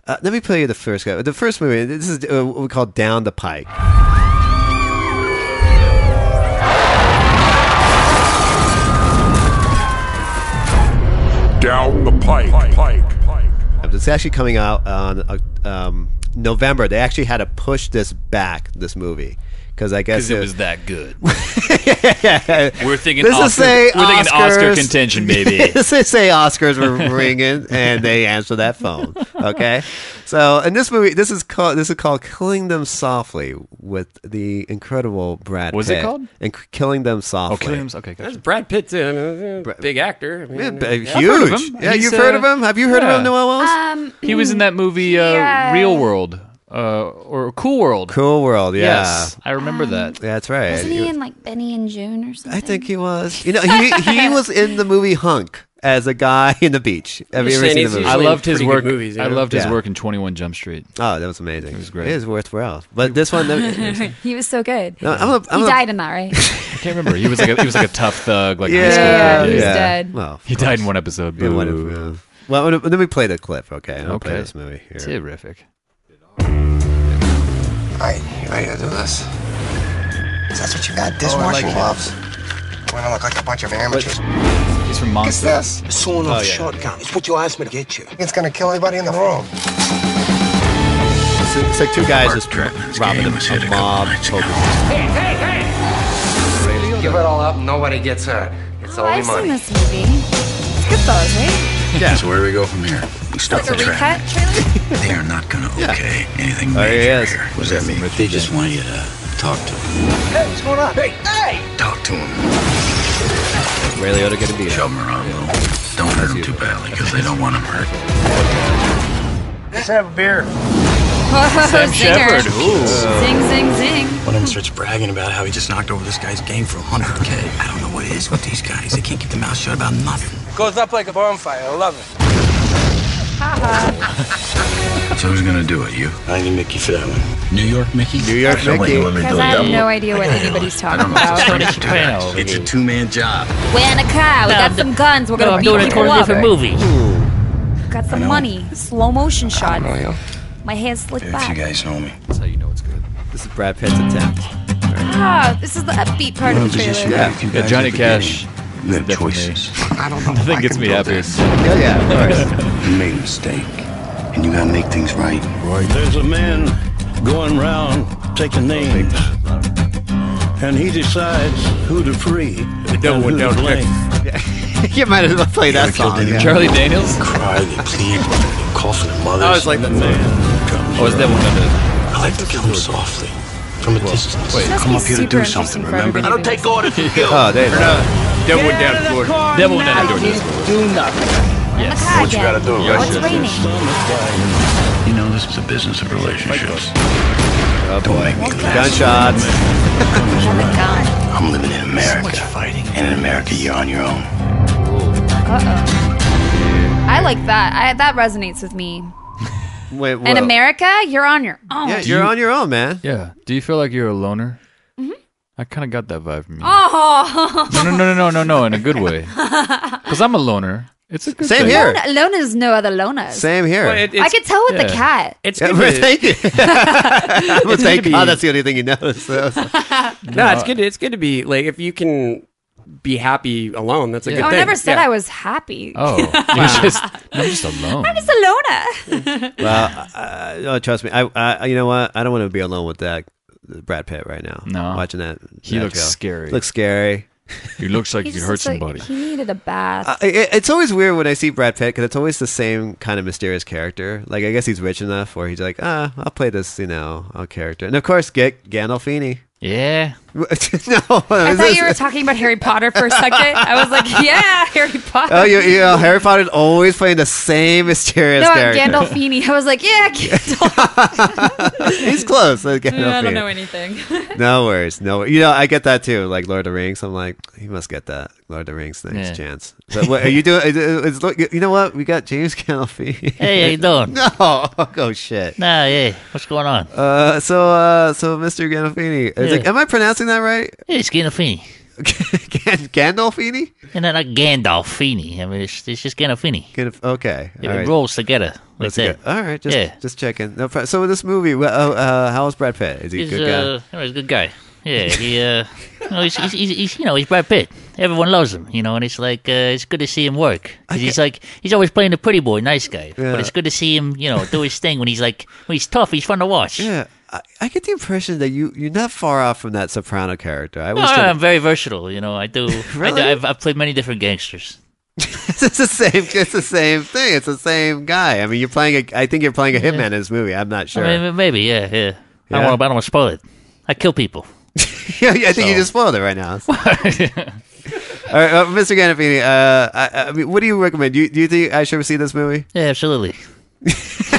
Uh, let me play you the first guy. The first movie. This is uh, what we call Down the Pike.
Down the pike. pike.
It's actually coming out on uh, um, November. They actually had to push this back, this movie, because I guess
because it was that good. We're thinking
This is
Oscar,
say
we're thinking Oscar
Oscars.
contention, baby.
Yes, they say Oscars were ringing, and they answer that phone. Okay, so in this movie, this is called this is called "Killing Them Softly" with the incredible Brad.
What is it
Pitt.
called?
And C- "Killing Them Softly."
oh, Killiams. Okay,
That's
gotcha.
Brad Pitt too. I mean,
Brad-
big actor. I mean,
Yeah, b-
yeah.
huge.
heard of him.
Yeah,
He's,
you've heard of
uh,
him. Have you heard of
yeah.
him, Noel Wells?
Um,
He was in that movie, uh,
Yeah.
Real World uh, or Cool World.
cool World. Yeah,
Yes,
Um,
I remember that.
Yeah, that's right.
wasn't he in like Benny and June or something?
I think he was. You know, he he was in the movie Hunk as a guy in the beach. Have you
You're
ever
saying
seen the
he's
movie?
I
Usually
loved his
pretty good
work.
movies, you
I
know?
loved his
Yeah.
work in Twenty One Jump Street.
Oh, that was amazing. It was
great.
It is worthwhile. But this one, no, I'm
he was so good.
a, I'm a,
he died in that, right?
I can't remember. He was like a, he was like a tough thug. Like high
Yeah,
school
Yeah,
kid.
he's dead.
Well, of
He
course.
died in one episode.
Yeah, what if-
Boo.
yeah. Well, let me- let me play the clip. Okay, I'll play
Okay.
this movie here.
Terrific.
Alright, you ready to do this? Oh, Is that what you got? Dishwashing gloves? We're gonna look like a bunch of amateurs.
He's from
What's
Monster.
this? Oh,
A sawn off shotgun. It's what you asked me to get you.
It's gonna kill everybody in the room.
It's, it's like two guys just robbing a, a mob. Hope-
Give it all up, nobody gets hurt. It's
I've seen this movie. It's good though, right?
So where do we go from here? We stop
Like a recut trailer.
They are not gonna okay anything
There he is.
What does that mean? They just want you to talk to him.
Hey, what's going on? Hey, hey!
Talk to him.
Ray Liotta gonna be.
Shove him around a little. Don't hurt him too badly because they don't want him hurt.
Let's have a beer.
Whoa,
Sam
zinger.
Shepard. Ooh.
Zing, zing, zing.
One of them starts bragging about how he just knocked over this guy's game for 100K. I don't know what it is with these guys. They can't keep their mouth shut about nothing.
Goes up like a bonfire. I love it.
So who's gonna do it? You? I need Mickey for that one. New York Mickey?
New York
I feel like
Mickey.
you let me
Guys,
do it
I
that
have
way.
no idea what anybody's
I
talking
don't know if
about.
it's just two
Playing
guys.
over
It's a two-man job.
We're in a car. We got some guns. We're gonna beat people up.
movie.
Got some money. Slow motion shot. My hair's slicked
If you
back.
guys know me.
That's how you know it's good.
This is Brad Pitt's attempt.
Ah, this is the upbeat part of the trailer.
Yeah. Yeah, Johnny Cash
You have
definitely-
choices.
I don't know.
The thing gets me happier.
Oh, Yeah, yeah, of course.
You made a mistake, and you gotta make things right.
There's a man going round taking names, and he decides who to free and who to blame.
you might as well play that
killed
song.
any
yeah.
Charlie Daniels.
Cry, they plead, they call for their mothers.
I always like that man.
Comes
Oh, is that one of the?
I like to kill them softly, from a distance. Wait,
must be
come up here to
super
do
interesting
something.
for
Remember,
everybody to
take orders from you.
Oh, there you go.
Devil down Florida.
Devil Down the Door.
In the car
What you
again.
gotta do,
Oh,
right?
it's raining.
You know, this is a business of relationships. Don't make me laugh.
Gunshots.
I'm living in America. And in America, you're on your own.
I like that. I, that resonates with me.
Wait,
In
whoa.
America, you're on your own.
Yeah, you're on your own, man.
Yeah. Do you feel like you're a loner? I kind of got that vibe from you.
Mm-hmm. Oh,
No, no, no, no, no, no, no, in a good way. Because I'm a loner. It's a good
Same
thing.
here.
Lona- Lona's no other Lonas.
Same here.
But it,
I
it's,
could tell with the
yeah.
cat.
it's
Yeah,
good
but
to-
thank you. Well, thank
be-
God "Oh, that's the only thing you noticed. That was-
No, it's good. It's good to be like if you can be happy alone. That's a
Yeah.
good
Oh, I
thing.
never said
Yeah.
I was happy.
Oh, you're just, I'm just alone.
It's a Lona.
well, uh, oh, trust me. I, I, you know what? I don't want to be alone with that Brad Pitt right now.
No.
watching that.
He
that
looks
trailer.
scary.
Looks scary.
He looks like
He
he could
just
hurt
looks like
somebody.
He needed a bath.
I, it, it's always weird when I see Brad Pitt because it's always the same kind of mysterious character. Like I guess he's rich enough where he's like, ah, I'll play this, you know, uh, character. And of course, get Gandolfini.
Yeah.
no, I
I thought you were talking about Harry Potter for a second. I was like, yeah, Harry Potter.
Oh, you, you know, Harry Potter's always playing the same mysterious
no,
character.
Gandolfini. I was like, yeah, Gandalf.
He's close. Like Gandolfini.
Mm, I don't know anything.
No worries. No, wor- you know, I get that too. Like Lord of the Rings, I'm like, he must get that Lord of the Rings next
Yeah.
chance. But what are you doing? Is, is, is- you know what? We got James Gandolfini.
Hey, how you doing?
no, oh shit.
Nah, yeah. What's going on?
Uh, so, uh, so Mr. Gandolfini, it's like,
Yeah.
am I pronouncing that right?
Hey, it's Gandolfini.
Gan- Gandolfini?
And then like Gandolfini. I mean, it's, it's just Gandolfini.
Gandolf- okay, all
It
right.
rolls together like
That's
that.
good. All right, just
Yeah.
just checking. No, pro- so with this movie, well, uh, uh, how is Brad Pitt? Is he a
He's,
good guy?
uh, he's a good guy. Yeah, he uh,
No, he's, he's, he's, he's, you know, he's Brad Pitt. Everyone loves him, you know, and it's like, uh, it's good to see him work. 'Cause he's like, he's always playing the pretty boy, nice guy.
Yeah.
But it's good to see him, you know, do his thing when he's like, when he's tough, he's fun to watch.
Yeah, I, I get the impression that you you're not far off from that soprano character. I
No,
was gonna-
I'm very versatile, you know, I do. I
Really?
do I've, I've played many different gangsters.
it's the same. It's the same thing. It's the same guy. I mean, you're playing. A, I think you're playing a hitman in this movie. I'm not sure.
I mean, maybe, yeah, yeah. I
Yeah?
don't want to spoil it. I kill people.
yeah, yeah, I think you
So-
just spoiled it right now. All right, uh, Mr. Ganapini, uh, I, I mean, what do you recommend? Do you, do you think I should see this movie?
Yeah, absolutely.
is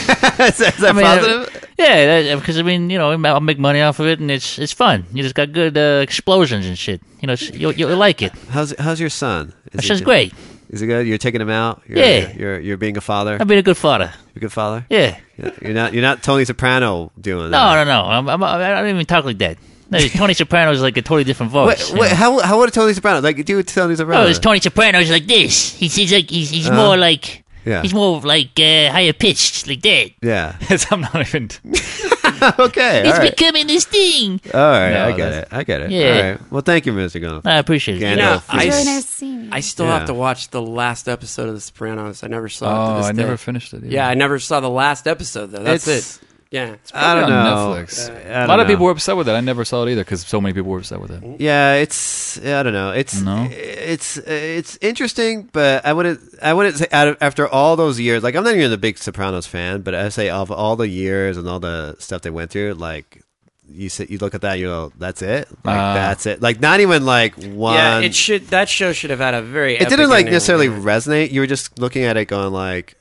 that, is that
I mean, uh,
positive?
yeah, because I mean, you know, I'll make money off of it, and it's it's fun. You just got good uh, explosions and shit. You know, it's, you'll, you'll like it.
How's how's your son?
My
he
son's
good?
great.
Is he good? You're taking him out. You're,
Yeah.
You're, you're being a father.
I've been a good father.
You're a good father.
Yeah.
You're not you're not Tony Soprano
No,
doing
no,
that.
no. I'm, I'm, I don't even talk like that. No, Tony Soprano is like a totally different
What,
voice. you
what,
know?
how how would Tony Soprano like do Tony Soprano?
Oh, it's Tony Soprano is like this. He's, he's like he's, he's
Uh-huh.
more like
Yeah.
he's more like uh, higher pitched like that.
yeah.
I'm not even.
okay.
it's
all right.
becoming this thing.
All right,
No,
I get
that's-
it. I get it.
Yeah.
All right. Well, thank you, Mr. Gump.
I appreciate it.
You know, I,
It's really
s-
nice seeing you.
I still
Yeah.
have to watch the last episode of The Sopranos. I never saw it.
Oh,
To this
I
day.
never finished it either.
Yeah, I never saw the last episode though. That's
It's-
it. Yeah,
I don't know.
Netflix.
I
a
don't
lot of
know.
people were upset with it. I never saw it either because so many people were upset with it.
Yeah, it's I don't know. It's
No?
it's it's interesting, but I wouldn't I wouldn't say out of, after all those years. Like I'm not even a big Sopranos fan, but I say of all the years and all the stuff they went through, like you sit, you look at that, you go, that's it. Like
Ah.
that's it. Like not even like one.
yeah. It should. That show should have had a very.
it
epic
didn't like
ending.
necessarily resonate. You were just looking at it, going like,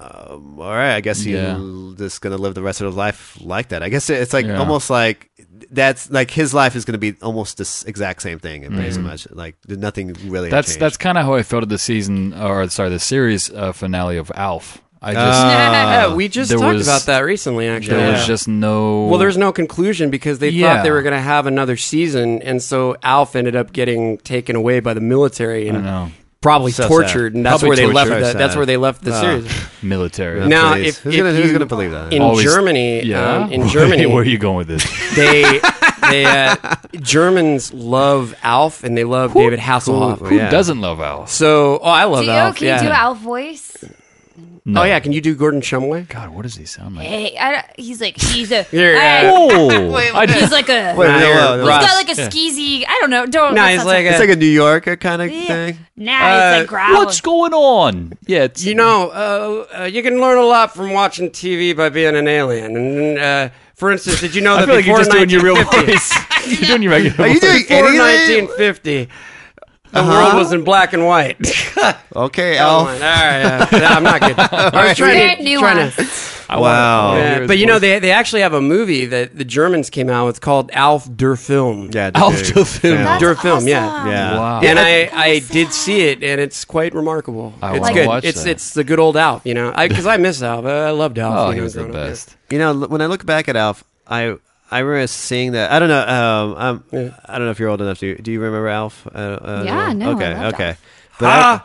um, "All right, I guess you
Yeah.
just gonna live the rest of your life like that." I guess it's like
Yeah.
almost like that's like his life is gonna be almost this exact same thing, and pretty
Mhm.
much like nothing really.
that's
changed.
that's kind of how I felt at the season, or sorry, the series uh, finale of Alf. I just
yeah, we just
there
talked
was-
about that recently. Actually,
There was
Ah, Yeah.
just no.
Well, there's no conclusion because they
Yeah.
thought they were going to have another season, and so Alf ended up getting taken away by the military
I know.
and probably
So sad.
tortured, and that's
Probably
where they left.
tortured.
The,
So
that's
sad.
where they left the
Ah.
series.
military.
Now, if,
Who's
if
gonna- who's
you-
gonna believe that?
in
Always-
Germany?
Yeah?
um, in Germany,
Where are you going with this?
they they uh, Germans love Alf and they love David Hasselhoff.
who doesn't love Alf?
So, oh, I love
do you,
Alf.
can
yeah.
you do Alf voice?
Oh yeah, can you do Gordon Shumway?
God, what does he sound like?
Hey, Eh, I don't- he's like he's a
Here,
I-
Whoa.
Wait,
I
he's
just-
like a
Wait,
Nah,
no,
you're
no, no.
he's got
rough.
like a
Yeah.
skeezy. I don't know. Don't.
Nah,
that's
he's
not
like
so-
it's like a New Yorker kind of
Yeah.
thing.
Nah, he's like growling.
What's going on? Yeah, it's
You know, uh, uh, you can learn a lot from watching TV by being an alien. And uh, for instance, did you know
I
that
feel like
before
you're just doing your real
1950
voice. you're doing your regular.
Are you
voice.
doing
before
anything?
1950, the world was in black and white.
Okay,
All
Alf.
right, uh, no, I'm not good. I was trying to,
Very
trying
nuanced.
to
I wanna- I wanna hear
Yeah,
his
but you know
voice.
they they actually have a movie that the Germans came out with called Alf der Film.
Yeah,
Alf
dude.
the film.
Yeah.
Der Film, yeah.
Yeah.
Wow.
And I, I did see it, and it's quite remarkable.
I
it's
wanna
good.
watch
it's
that.
it's the good old Alf, you know, because I, miss Alf. I loved Alf.
Oh,
when
he
I
was the
growing up, yeah.
best.
You know, l- when I look back at Alf, I I remember seeing that. I don't know. Um, um, I don't know if you're old enough to. Do you remember Alf? Uh, uh,
Yeah, no, I
Okay,
loved
okay.
Alf.
But I-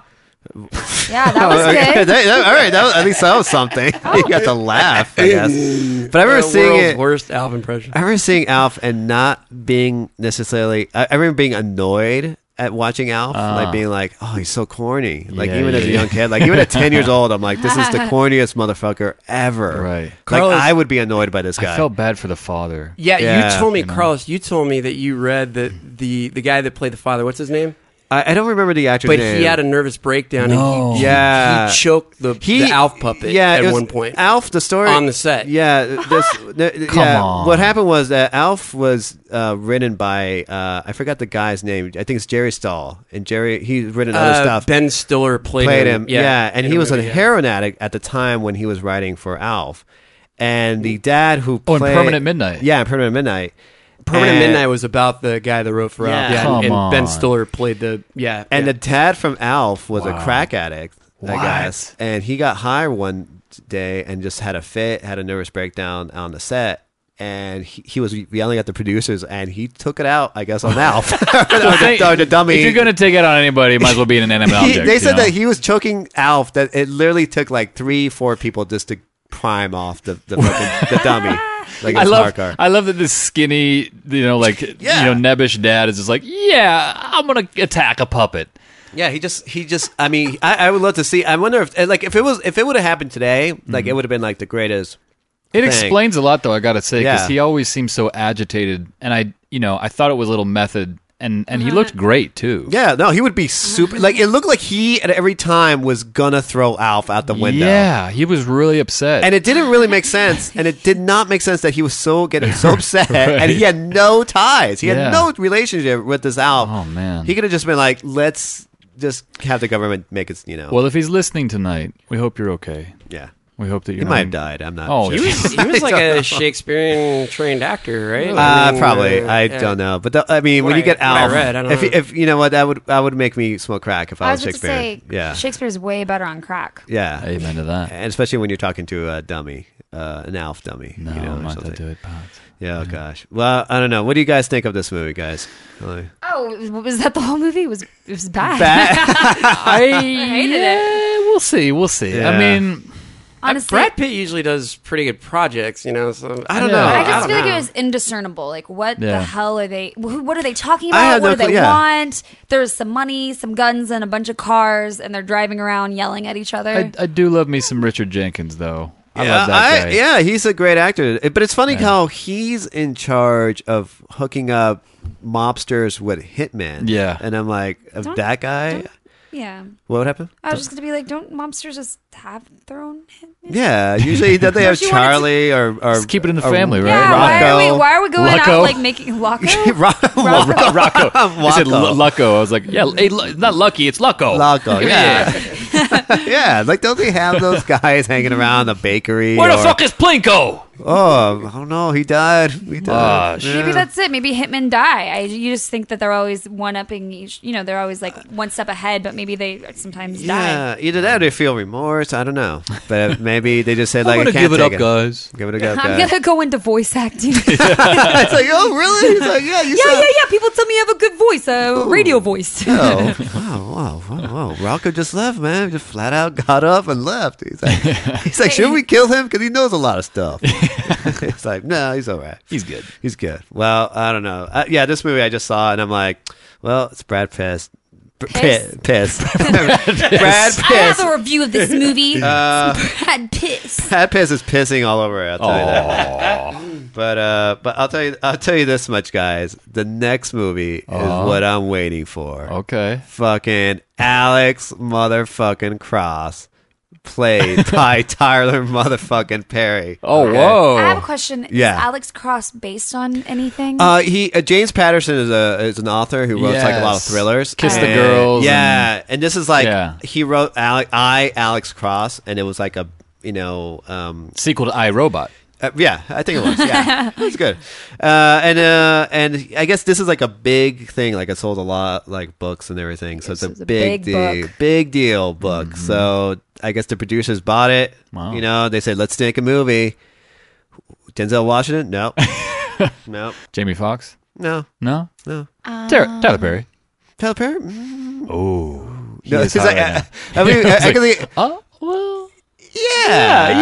Yeah, that was
Okay,
good. Oh.
that- that- all right, that was, at least that was something. you got to laugh, I guess. But I remember
The
seeing
world's
it.
worst Alf impression.
I remember seeing Alf and not being necessarily. I, I remember being annoyed at watching Alf, like being like, "Oh, he's so corny." Like
Ah. Yeah,
even as a
yeah.
young kid, like even at ten years old, I'm like, "This is the corniest motherfucker ever."
Right.
Like
Carlos-
I would be annoyed by this guy.
I felt bad for the father.
Yeah,
Yeah,
you told me,
you know.
Carlos. You told me that you read that the the guy that played the father. What's his name?
I, I don't remember the actor's
But
name.
he had a nervous breakdown.
No.
And he- he,
Yeah.
he choked the,
He-
the Alf puppet.
yeah,
at
it was
one point.
Alf, the story
On the set.
Yeah, this. th-
Come
yeah,
on.
What happened was that Alf was uh, written by uh, I forgot the guy's name. I think it's Jerry Stahl, and Jerry he's written other
Uh,
stuff.
Ben Stiller played,
played him, yeah, and
in
he
a
was a
movie, yeah.
heroin addict at the time when he was writing for Alf, and the dad who
Oh, in
played
Permanent Midnight.
Yeah, in Permanent Midnight.
Permanent
And-
Midnight was about the guy that wrote for
Yeah.
Alf. Yeah,
Come
and, and
on.
Ben Stiller played the yeah.
And
yeah.
the dad from Alf was a crack addict, I
What?
guess. And he got high one day and just had a fit, had a nervous breakdown on the set. And he, he was yelling at the producers, and he took it out, I guess, on Alf. or the, or the dummy.
If you're gonna take it on anybody, it might as well be an inanimate
He-
object.
they
you
said
know?
that he was choking Alf, that it literally took like three, four people just to prime off the, the, fucking, the dummy. Like
I
it's
love,
Markar.
I love that this skinny, you know, like you know, nebbish dad is just like, yeah, I'm gonna attack a puppet.
Yeah, he just he just. I mean, I, I would love to see. I wonder if like if it was if it would have happened today, like it would have been like the greatest.
It
thing.
explains a lot, though. I gotta say, because
Yeah.
he always seems so agitated, and I, you know, I thought it was a little method, and and he looked great too.
Uh-huh. Yeah, no, he would be
Mm-hmm.
super. Like it looked like he at every time was gonna throw Alf out the window.
Yeah, he was really upset,
And it didn't really make sense, and it did not make sense that he was so getting so upset, and he
Right.
had no ties. He
Yeah.
had no relationship with this Alf.
Oh man,
He could have just been like, "Let's just have the government make it." You know,
Well, if he's listening tonight, we hope you're okay.
Yeah.
We hope that
He
you're
might
not-
have died. I'm not
Oh,
sure.
He was, he was like a Shakespearean trained actor, right? I
Uh,
mean,
probably.
uh,
I
yeah.
don't know, but the, I mean,
What
when you
I-
get
what I
Alf,
read, I don't
if,
know.
if you know what, that would that would make me smoke crack if I,
I
was
was about to say,
Shakespearean. Oh, Yeah,
Shakespeare's way better on crack.
yeah.
Amen to that.
And especially when you're talking to a dummy, uh, an Alf dummy. No, you know,
I'm
or
not gonna
something.
do it,
Yeah, oh gosh. Well, I don't know. What do you guys think of this movie, guys? Really?
Oh, was that the whole movie? It was it was bad?
Bad.
I, hated it.
Eh, we'll see. We'll see.
Yeah.
I mean,
Honestly,
Brad Pitt usually does pretty good projects, you know. So I
don't Yeah. know.
I just
don't
feel like
know.
it was indiscernible. Like, what
Yeah.
the hell are they? wh- What are they talking
I
about?
had
What
no
do they
clue, yeah.
want? There's some money, some guns, and a bunch of cars, and they're driving around yelling at each other.
I, I do love me some Richard Jenkins, though. I
yeah,
love that guy.
yeah, he's a great actor. It- But it's funny how he's in charge of hooking up mobsters with hitmen.
Yeah.
and I'm like, of
Don't-
that guy.
don't- yeah.
What would happen?
I was just gonna be like, don't mobsters just have their own? hit-
Yeah, usually don't they have
Don't you want it to-
Charlie or or
Just keep it in the
or
family, right?
Yeah, why are we?
Rocco.
Why are we going
Rocco.
out like making Rocco?
Well, Ro- Rocco. I said
Wacko.
Lu- Lucko. I was like, yeah, hey, Lu- not Lucky, it's Lucko.
Lucko,
Come
yeah.
here.
yeah, like don't they have those guys hanging around the bakery?
Where the
or-
fuck is Plinko?
Oh, I don't know. He died. He died. Yeah.
Maybe that's it. Maybe hitmen die. I, you just think that they're always one upping each. You know, they're always like one step ahead, but maybe they sometimes die.
Yeah, either that or they feel remorse. I don't know, but maybe they just said like,
gonna
I can't
give it
take
up, guys.
Give it a go,
I'm
guys.
gonna go into voice acting.
it's like, oh, really? It's like, yeah, you
yeah,
sound-
yeah, yeah. People tell me you have a good voice, a radio voice.
Oh, wow, wow, wow, wow. Rocco just left, man. Just flat out got up and left. He's like, he's like should we kill him? Because he knows a lot of stuff. it's like, no, he's all right.
He's good.
He's good. Well, I don't know. Uh, yeah, this movie I just saw, and I'm like, well, it's Brad Pitt.
Piss?
Pitt. Piss. Brad Pitt.
I have a review of this movie.
Uh,
Brad Pitt.
Pat Piss is pissing all over it. I'll tell you that. But uh, but I'll tell you I'll tell you this much, guys. The next movie
Uh-huh.
is what I'm waiting for.
Okay.
Fucking Alex motherfucking Cross, played by Tyler motherfucking Perry.
Oh,
Okay?
whoa.
I have a question.
Yeah.
Is Alex Cross based on anything?
Uh, he uh, James Patterson is a is an author who wrote like a lot of
Yes.
thrillers.
Kiss the
And-
Girls
Yeah, and, this is like
Yeah.
he wrote Ale- I Alex Cross, and it was like a you know um,
Sequel to I Robot.
Uh, yeah, I think it was. Yeah, it was good. Uh, and uh, and I guess this is like a big thing. Like I sold a lot, like books and everything. So it's, a, big,
big
deal,
book.
big deal book. So I guess the producers bought it.
Mm-hmm. Wow.
You know, they said let's make a movie. Denzel Washington? No, no,
Jamie Foxx?
no,
No?
no.
Uh,
Tyler, Tyler Perry. Mm-hmm.
Tyler Perry? Mm,
Oh.
No, it's like, I, I mean, I, I think-
Oh, well.
yeah,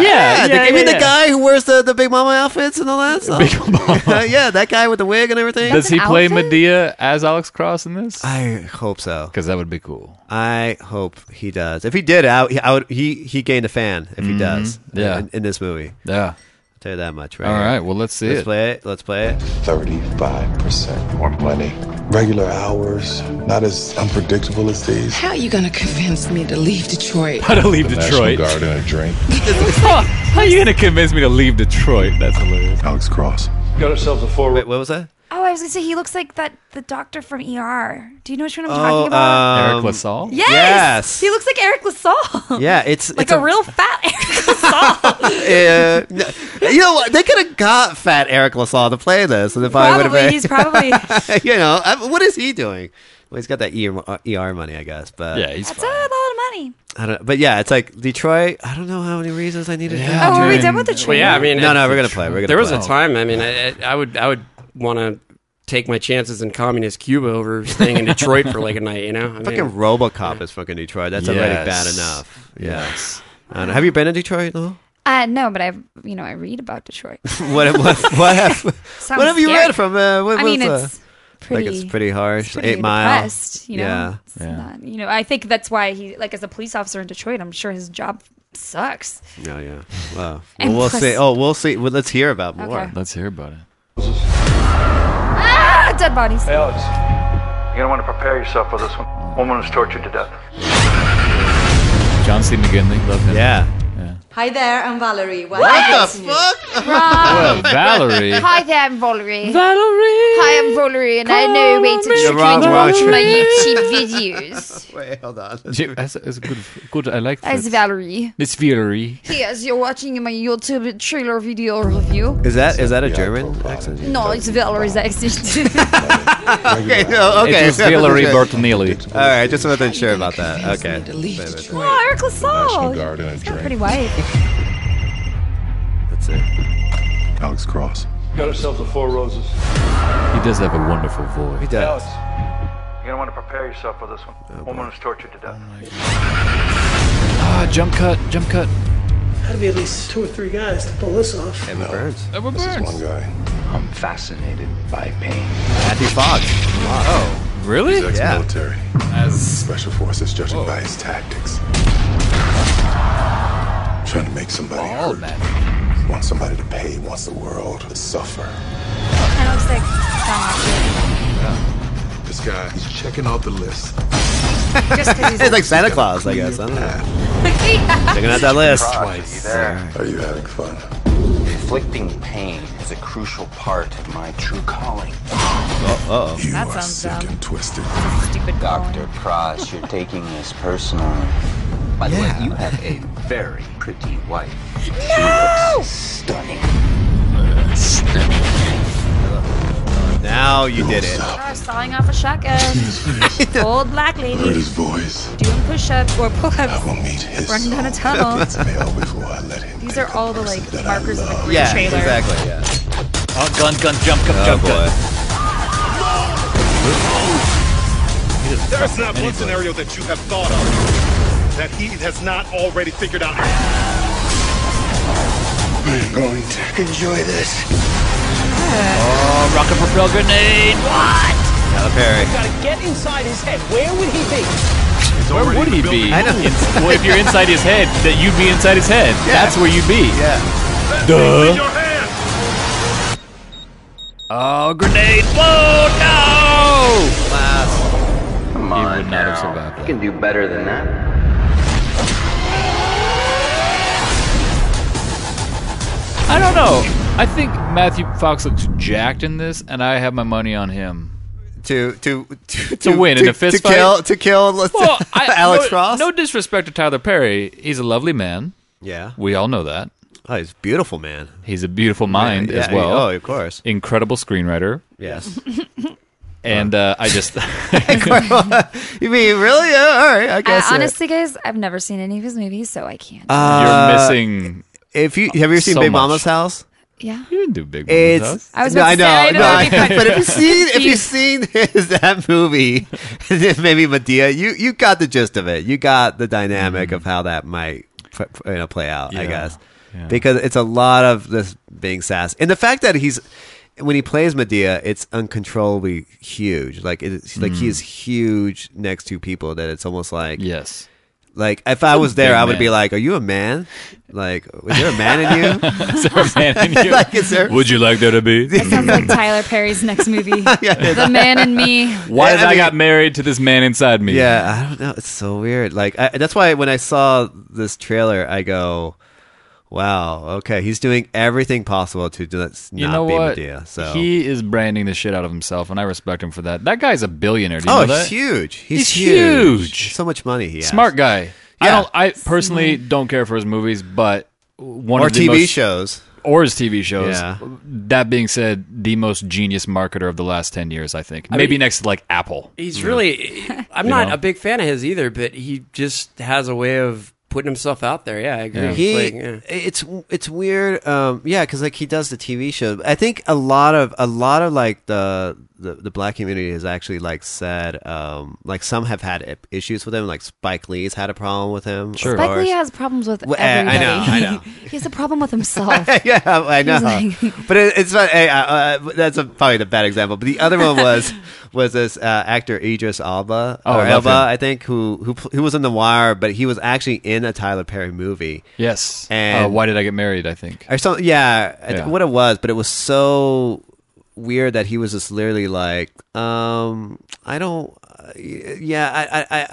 Yeah, yeah,
the- I
yeah,
mean, the
yeah.
guy who wears the, the Big Mama outfits and all that stuff.
Big Mama.
yeah, that guy with the wig and everything.
Does he play Medea as Alex Cross in this?
I hope so.
Because that would be cool.
I hope he does. If he did, I, would- I would, he he gained a fan. If he does,
Mm-hmm. Yeah.
in, in this movie, I'll
Yeah.
tell you that much. Right.
All
here.
right. Well, let's see
let's
it.
play it. Let's play it.
35% more money. Regular hours, not as unpredictable as these.
How are you gonna convince me to leave Detroit?
How to leave
The
Detroit.
National Guard and a drink.
How are you going to convince me to leave Detroit? That's hilarious.
Alex Cross.
Got ourselves a four.
Wait, what was that?
oh, I was gonna say he looks like that the doctor from ER. Do you know which one I'm
Oh,
talking about?
um,
Eric LaSalle?
yes!
yes.
He looks like Eric LaSalle.
Yeah, it's
like
it's
a, real fat Eric LaSalle.
Uh, no- you know what? They could have got Fat Eric LaSalle to play this, and if I would have
probably.
been,
He's probably.
you know, I, what is he doing? Well, he's got that ER, uh, ER money, I guess. But
Yeah, he's
That's a lot of money.
I don't. But yeah, it's like Detroit. I don't know how many reasons I needed.
Yeah,
to
Oh, are we
dude.
done with the trailer?
Well, yeah, I mean,
No,
it-
no, we're gonna play. We're gonna.
there was
play.
a time. I mean, I, I would I would want to take my chances in communist Cuba over staying in Detroit for like a night. You know, I
Fucking
mean,
RoboCop is fucking Detroit. That's already bad
Yes.
enough. Yeah.
Yes.
I don't know. Have you been to Detroit? No.
Uh, no, but I, you know, I read about Detroit.
what what what have,
Sounds
what have you
scary.
read from? Uh, what,
I mean,
what's, uh,
it's pretty.
like it's pretty harsh.
pretty
Eight Mile.
depressed, you know?
Yeah,
It's not- you know, I think that's why he, like, as a police officer in Detroit, I'm sure his job sucks.
yeah, yeah. Wow.
And
Well, we'll
plus-
see. Oh, we'll see. Well, let's hear about more.
Okay.
Let's hear about it.
Ah, dead bodies.
Alex, you're gonna want to prepare yourself for this one. Woman was tortured to death.
John C. McGinley, love him.
Yeah.
Hi there, I'm Valerie. What,
the
fuck?
Well, Valerie.
Hi there, I'm
Valerie.
Valerie. Hi, I'm Valerie, and I know where to
me
trick you
wrong
to watch
Valerie.
my YouTube videos.
Wait, hold on.
Gee, That's, that's good. Good. I like that.
As Valerie.
It's Valerie.
Yes, you're watching my YouTube trailer video review.
Is that is that a German accent?
No, it's Valerie's accent.
Okay. No, okay.
It was Valerie Bertinelli.
All right. Just wasn't sure about that. Okay.
Oh, Eric LaSalle.
Guard and a
He's
drink.
pretty white.
That's it.
Alex Cross.
Got herself the four roses.
He does have a wonderful voice.
He does.
Alex, you're gonna want to prepare yourself for this one. Woman was tortured to death.
Ah, jump cut, jump cut.
Had to be at least two or three guys to pull this off.
Emma Burns.
Emma
This is Burns. one
guy.
I'm fascinated by pain.
Matthew Fox.
Oh,
really?
He's
Yeah.
ex-military.
As
special forces, judging by his tactics, trying to make somebody hurt. Wants somebody to pay. Wants the world to suffer.
Kind of looks like John
This guy, he's checking off the list.
Just 'cause he's
it's like Santa Claus, I guess. I don't know. Checking out that list.
Twice. There.
Are you having fun?
Inflicting pain is a crucial part of my true calling.
Oh,
You
That
are
sounds
sick
dumb.
and twisted.
Stupid
Dr. Cross, you're taking this personally. By the way, you have a very pretty wife. She looks stunning.
Now you did it.
Oh, sawing off a shotgun. Old black
Heard
lady
his voice.
doing push-ups or pull-ups.
Meet his
Running down a tunnel.
Fail before I let him.
These are all the like markers of a great
Yeah,
trailer.
exactly. Yeah.
Oh, gun, gun, jump, gun,
Oh,
jump,
boy.
gun.
There's not one scenario that you have thought of that he has not already figured out.
I'm going to enjoy this.
Oh, rocket propel grenade. What?
Tyler Perry.
Gotta get inside his head. Where would he be?
Where would he be?
I know.
Ins- well, if you're inside his head, that you'd be inside his head. That's where you'd be.
Yeah.
Duh. Oh, grenade. Whoa, no!
Come on. He would not have survived. You can do better than that.
I don't know. I think Matthew Fox looks jacked in this, and I have my money on him.
To to to,
win in
to-
a fist
to kill
fight?
to kill let's-
Well, I,
Alex
no,
Cross.
No disrespect to Tyler Perry. He's a lovely man.
Yeah.
We all know that.
Oh, he's a beautiful man.
He's a beautiful mind
yeah,
as well.
oh, of course.
Incredible screenwriter.
Yes.
And uh, I just
you mean really? Yeah, all right. I guess.
I,
uh,
honestly, guys, I've never seen any of his movies, so I can't.
uh,
You're missing
If you have you ever seen
so
Big
much.
Mama's House?
yeah.
You didn't do Big Mama's
It's
House.
I was
no,
about
I
to
know,
say, I know,
no,
it'd be
I-
fun.
but if you've seen if
Jeez.
you've seen his, that movie, maybe Medea, you you got the gist of it. You got the dynamic of how that might p- p- you know, play out. I
Mm-hmm. Yeah.
guess
Yeah.
because it's a lot of this being sass, and the fact that he's when he plays Medea, it's uncontrollably huge. Like it's like
Mm.
he is huge next to people that it's almost like
yes.
Like if I was there,
big
I would be
man.
like, "Are you a man? Like, is there a man in you?
Is there a man in you?
like, is there?
Would you like there to be?
Sounds like Tyler Perry's next movie, The Man in Me.
Why did
I
I,
mean-
got married to this man inside me?
Yeah, I don't know. It's so weird. Like I, that's why when I saw this trailer, I go, "Wow, okay, he's doing everything possible to do not
You know
be
what?
Medea." So
He is branding the shit out of himself, and I respect him for that. That guy's a billionaire. Do you
oh,
know
he's
that?
huge. He's,
He's
huge. So much money. He has.
Smart guy. I
Yeah.
don't. I personally don't care for his movies, but one
or
of the
TV
most-
shows.
or his TV shows.
Yeah.
That being said, the most genius marketer of the last ten years, I think. Maybe next to like Apple.
He's
Yeah.
really. I'm
You
not
know?
a big fan of his either, but he just has a way of putting himself out there. Yeah, I agree.
He,
Like, yeah.
it's it's weird. Um, yeah, because like he does the TV show. I think a lot of a lot of like the the, the black community has actually like said um, like some have had i- issues with him. Like Spike Lee's had a problem with him. of
Spike Lee
course.
has problems with
Well, uh,
everybody.
I know, I know.
he has a problem with himself.
yeah, I know.
He's
but it, it's not, hey, uh, uh, that's a, probably the bad example. But the other one was was this uh, actor Idris Alba
Oh,
or
I love
Elba,
him.
I think, who who pl- who was in the Wire, but he was actually in a Tyler Perry movie.
Yes.
And-
uh, why did I get married? I think.
or something. Yeah, I think
Yeah.
what it was, but it was so weird that he was just literally like, um, I don't. uh, Yeah, I, I- I,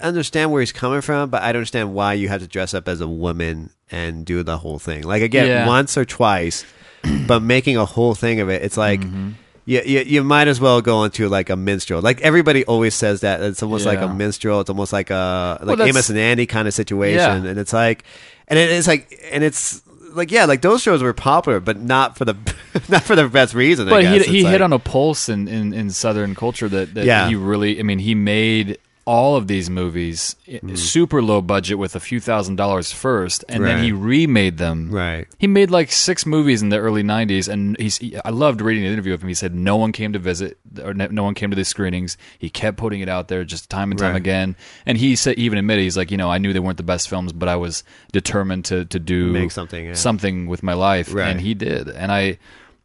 I understand where he's coming from, but I don't understand why you have to dress up as a woman and do the whole thing. Like again,
Yeah.
once or twice, but making a whole thing of it, it's like.
Mm-hmm.
You, you, you might as well go into like a minstrel. Like everybody always says that it's almost like a
Yeah.
minstrel. It's almost like a
Well,
like
that's-
Amos and Andy kind of situation.
Yeah.
And it's like, and it is like, and it's like, yeah, like those shows were popular, but not for the, not for the best reason.
But
I guess.
he, he
It's
hit
like-
on a pulse in, in, in Southern culture that, that
Yeah.
he really, I mean, he made all of these movies i-
Mm-hmm.
super low budget with a few thousand dollars first, and then he
Right.
remade them.
Right.
He made like six movies in the early 90s, and he's, he, I loved reading an interview of him. He said no one came to visit, or no no one came to the screenings. He kept putting it out there just time and time
Right.
again. And he said, he even admitted, he's like, you know, I knew they weren't the best films, but I was determined to, to do
Make something, yeah.
something with my life.
Right.
And he did. And I,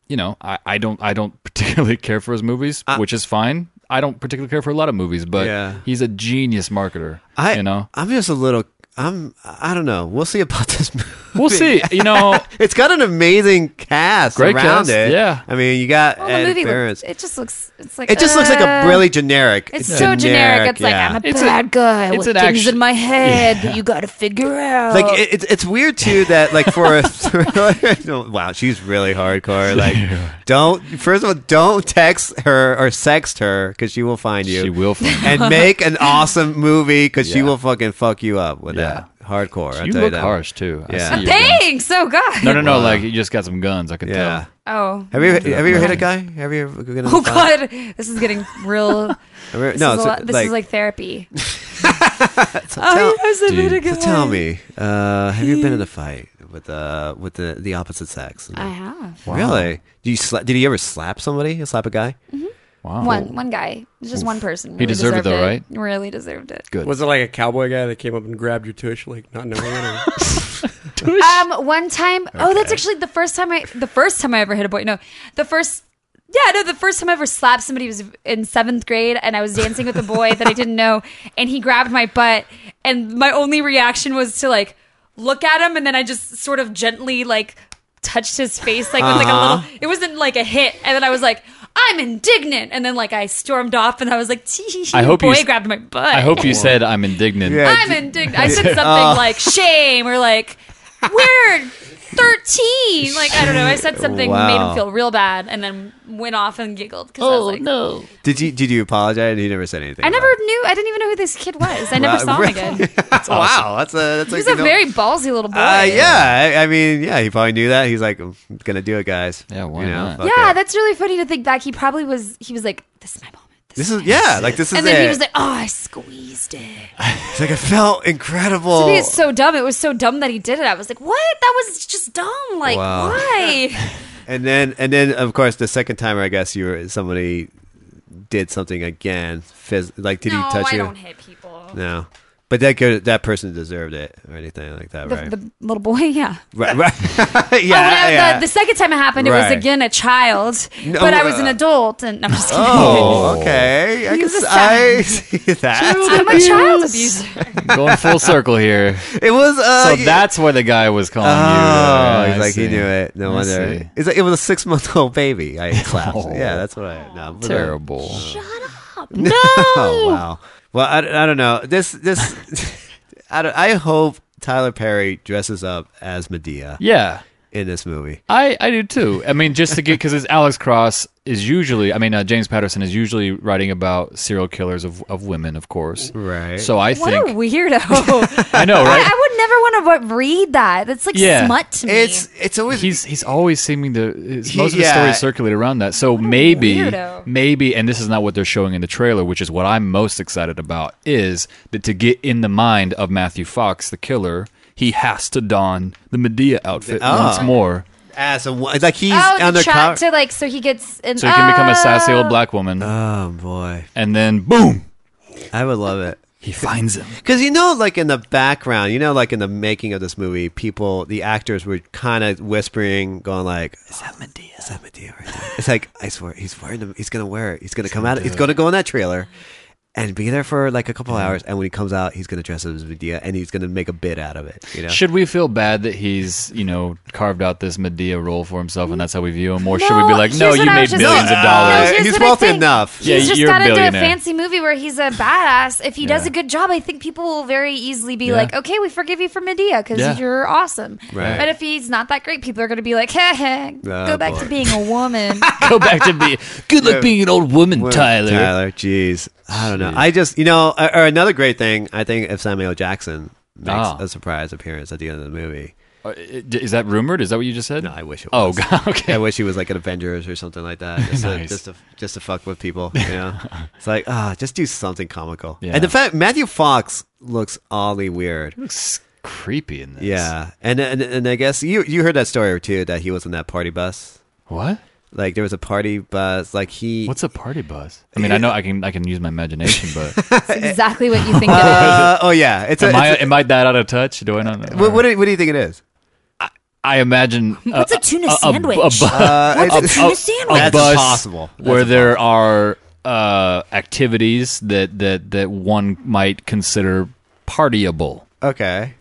you know, I, I don't I don't particularly care for his movies, which is fine. I don't particularly care for a lot of movies, but
Yeah.
he's a genius marketer.
I,
you know,
I'm just a little, I'm, I don't know. We'll see about this movie.
We'll see. You know,
it's got an amazing cast
Great
around
cast,
it.
yeah.
I mean, you got
Well,
Ed
the movie
Ferris.
looks, it just looks. It's like
it just looks like a
uh,
really generic.
It's so generic. It's like
yeah.
I'm a
It's a-
bad guy
it's
with
an
things
action-
in my head that you got to figure out.
like it, it's- it's weird too that like for a thriller, wow she's really hardcore like don't first of all don't text her or sext her because she will find you
She will find you.
and make an awesome movie because she
Yeah.
will fucking fuck you up with that hardcore I'll
you
tell
look
that.
harsh too. I
Yeah.
see you.
Thanks. Oh God.
No, no, no.
Wow.
Like you just got some guns. I could
yeah
Oh.
have you
Yeah.
have you ever hit a guy have you ever gotten in a
Oh
fight?
God. This is getting real.
Have you ever-
This
no
is
it's
a lot- this
like,
is like therapy. Oh,
tell-
I was a bit
Dude,
ago.
so tell me uh, have you been in a fight with uh with the the opposite sex
I have. Wow.
really do you sla- did you ever slap somebody slap a guy wow
One one guy. It was
Oh.
Just one person.
He
Really
deserved it, though, right?
Really deserved it.
Good.
Was it like a cowboy guy that came up and grabbed your tush, like not knowing it? Or...
Um, one time. Oh, that's
Okay.
actually the first time I. The first time I ever hit a boy. No, the first. Yeah, no, the first time I ever slapped somebody was in seventh grade, and I was dancing with a boy that I didn't know, and he grabbed my butt, and my only reaction was to like look at him, and then I just sort of gently like touched his face, like with like a
Uh-huh.
little. It wasn't like a hit, and then I was like. I'm indignant, and then like I stormed off, and I was like, "Tee,
I hope you
boy
s-
grabbed my butt."
I hope you said I'm indignant.
I'm indignant. I said
Yeah.
something
Oh.
like shame or like we're 13. Like I don't know. I said something made
Wow.
him feel real bad, and then went off and giggled because I was like, Oh, no.
Did you did you apologize? He never said anything.
I never knew. I didn't even know who this kid was. I never
Wow,
saw him
really?
again.
Oh, Wow, that's a that's
He was
a,
a very ballsy little boy.
Uh, yeah, I, I mean, yeah, he probably knew that. He's like, I'm gonna do it, guys. Yeah, why
not?
Yeah, that's really funny to think back. He probably was. He was like, "This is my moment,"
this is yeah, like this is
and then
it.
he was like, "Oh, I squeezed it."
it's like I felt incredible.
To me, it's so dumb. It was so dumb that he did it. I was like, "What? That was just dumb. Like,
Wow.
why?"
and then and then of course the second time, I guess you were somebody did something again. Phys- like did
No,
he touch
I
you?
don't hit people.
No, but that go- that person deserved it or anything like that,
The,
right?
the little boy, yeah.
right, right.
Oh, when
yeah,
I-
yeah.
the, the second time it happened, it was
Right.
again a child,
No,
but I was an
uh,
adult, and I'm just kidding.
Oh, okay. I,
He was
guess
a
I see that.
I'm a child abuser.
Going full circle here.
It was. Uh,
so that's why the guy was calling you.
Oh,
Yeah,
he's
I
like he
see.
knew it. No
I
wonder.
see.
It's like, it was a six month old baby. I clapped. yeah, that's what I. No, but, uh,
Terrible.
No. wow. Well, I, I don't know. This this. I don't, I hope Tyler Perry dresses up as Medea.
Yeah.
in this movie.
I, I do too. I mean, just to get because Alex Cross is usually, I mean, uh, James Patterson is usually writing about serial killers of, of women, of course. Right. So I
what
think
a weirdo.
I know,
I,
right?
I would never want to read that. That's like smut to me.
It's it's always
he's he's always seeming to it's-
He-
most of the
yeah.
stories circulate around that. So maybe
weirdo.
maybe and this is not what they're showing in the trailer, which is what I'm most excited about is that to get in the mind of Matthew Fox, the killer, he has to don the Medea outfit
Oh.
once more.
As a wo- like he's
oh,
on
the
the
try
cover.
to like so he gets an,
So he can become a sassy old
Oh.
black woman.
Oh boy.
And then boom.
I would love it.
He finds him.
Because you know, like in the background, you know, like in the making of this movie, people, the actors were kind of whispering, going like, "Is that Medea? Is that Medea?" Right there? It's like I swear, he's wearing them. He's gonna wear it. He's gonna come
gonna
out.
do
He's
it.
gonna go in that trailer and be there for like a couple hours. And when he comes out, he's gonna dress up as Medea and he's gonna make a bit out of it. You know,
Should we feel bad that he's, you know, carved out this Medea role for himself and that's how we view him? Or should we be
No,
like, no,
here's
you
what I
made
was just-
billions of
No,
dollars?
here's
he's
what I
wealthy
think.
enough.
Yeah,
He's just
you're a
got to do a
billionaire.
fancy movie where he's a badass. If he does
Yeah.
a good job, I think people will very easily be
Yeah.
like, "Okay, we forgive you for Medea because
Yeah.
you're awesome."
Right. Ah,
But if he's not that great, people are going to be like, "Heh heh,
Oh,
go back
boy.
to being a woman."
Go back to be good luck being an old woman, Tyler.
Tyler, jeez, I don't know. I just, you know, or, or another great thing, I think, if Samuel Jackson makes
Ah.
a surprise appearance at the end of the movie.
Uh, Is that rumored? Is that what you just said? No, I
wish it
was.
was.
Oh, God, okay.
I wish he was like an Avengers or something like that. Just, to,
Nice.
just to just to fuck with people. You know, it's like ah, just do something comical.
Yeah.
And the fact Matthew Fox looks oddly weird.
looks creepy in this.
Yeah, and and and I guess you you heard that story too that he was on that party bus.
What?
Like there was a party bus. Like he.
What's a party bus? I mean, I know I can I can use my imagination, but
That's exactly what you think it
Uh, oh yeah, it's a.
am, I,
it's a-
am I that out of touch? Do I not know?
what, what do you, what do you think it is?
I imagine
What's a tuna sandwich?
uh, A, bu-
Uh, What's a tuna sandwich? That's
bus
impossible. That's
where there are uh, activities that, that that one might consider partyable
Okay.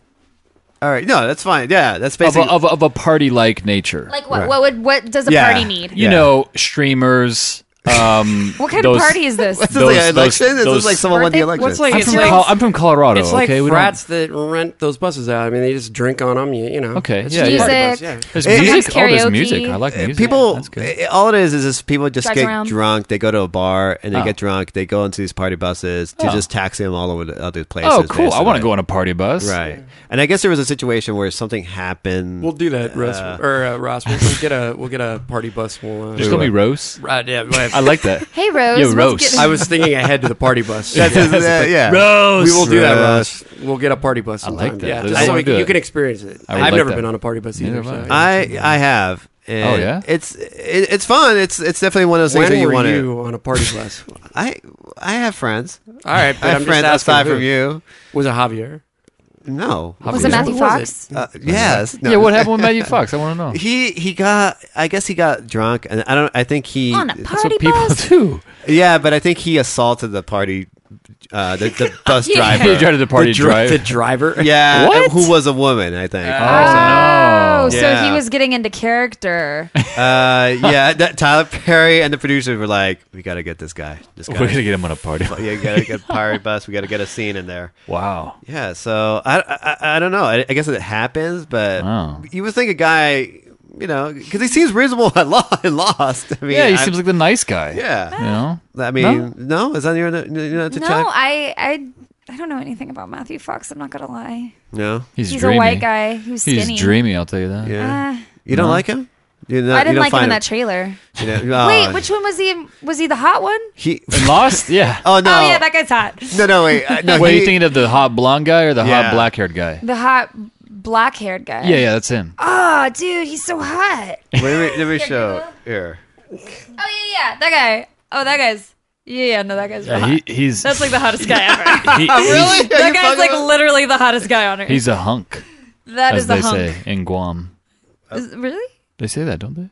All right. No, that's fine. Yeah, that's
of a,
basically.
of, a, of a party like nature.
Like what?
Right.
What would? What does a
Yeah.
party need?
you know, streamers. Um,
What kind
those-
of party is this?
What's this, like, an election? Is this like someone won the
Birthday-
election?
what's like-
I'm,
it's
from
like-
Col- I'm from Colorado.
It's
Oh, okay,
like
we
frats that rent those buses out. I mean, they just drink on them. You, you know.
Okay,
It's
yeah,
just a party
yeah.
bus, yeah.
There's
It-
music. Oh, there's
karaoke.
music. I like music.
people
That's good.
eh, all it is is just people just
Drives
get
around.
drunk they go to a bar and they
Oh.
get drunk they go into these party buses to
Oh.
just taxi them all over to other places
Oh, cool. I want
basically.
to go on a party bus.
right and i guess there was a situation where something happened
We'll do that, Russ.
Uh,
or uh, Ross, we'll, we'll get a we'll get a party bus. We'll, uh,
Just call me Rose.
Right, yeah, right.
I like that.
Hey, Rose,
Yo,
let's
Rose.
get-
I was thinking ahead to the party bus.
That's his- uh, yeah.
Rose.
We will do that,
Russ.
Russ. We'll get a party bus.
like
Sometime.
that.
Yeah,
Let's
just so
all
we,
do
you
it.
can experience it.
I
I've
would like
never
that.
been on a party bus
Neither
either.
have I.
so-
i i have and
Oh, yeah?
it's it, it's fun it's it's definitely one of those
when
things that you
were
want to
you on a party bus?
i i have friends
All right, but
i have
I'm
friends
just asking
outside
who.
from you
Was it Javier?
no
Was it Matthew
What
Fox?
was
uh, yes no.
Yeah, what happened with Matthew Fox? I want to know.
he he got i guess he got drunk and i don't i think he
On a
That's
party
what people
bus?
do.
Yeah, but I think he assaulted the party, uh, the, the bus driver.
He tried to the party
The, dri- the
drive.
driver.
Yeah,
What?
who was a woman, I think.
Oh, so
Yeah.
he was getting into character.
Uh, yeah, that, Tyler Perry and the producers were like, "We got to get this guy. This guy.
We're gonna get him on a party. bus.
yeah, got to get pirate bus. We got to get a scene in there."
Wow.
Yeah, so I I, I don't know. I, I guess it happens, but
Wow.
you would think a guy, you know, because he seems reasonable at law and lost. I mean,
yeah, he
I'm-
seems like the nice guy.
yeah.
You know.
I mean, no? is that your you know, to
No,
check?
I, I, I don't know anything about Matthew Fox. I'm not gonna lie.
No,
He's,
He's a
dreamy.
white guy. He was skinny.
He's dreamy. I'll tell you that.
yeah.
Uh,
You don't
No.
like him? You know,
I
you
didn't
don't
like him
find
in that trailer.
You know, oh,
Wait, which one was he? in- Was he the hot one?
he?
And Lost. Yeah.
Oh no!
Oh yeah, that guy's hot.
no, no, wait, uh, no.
Wait,
he,
you thinking of the hot blonde guy or the
Yeah.
hot black haired guy?
The hot black-haired guy.
Yeah, yeah, that's him.
Oh, Uh, dude, he's so hot.
wait, wait, let me show here.
Oh yeah, yeah, that guy. Oh, that guy's. Yeah, yeah, no, that guy's.
Yeah,
hot.
he, he's
That's like the hottest guy ever.
he,
Really?
he's,
Are you
that guy's
fucking
like
with-
literally the hottest guy on earth.
he's a hunk,
that
as
is the
they
hunk.
say in Guam.
Is- really?
They say that, don't they?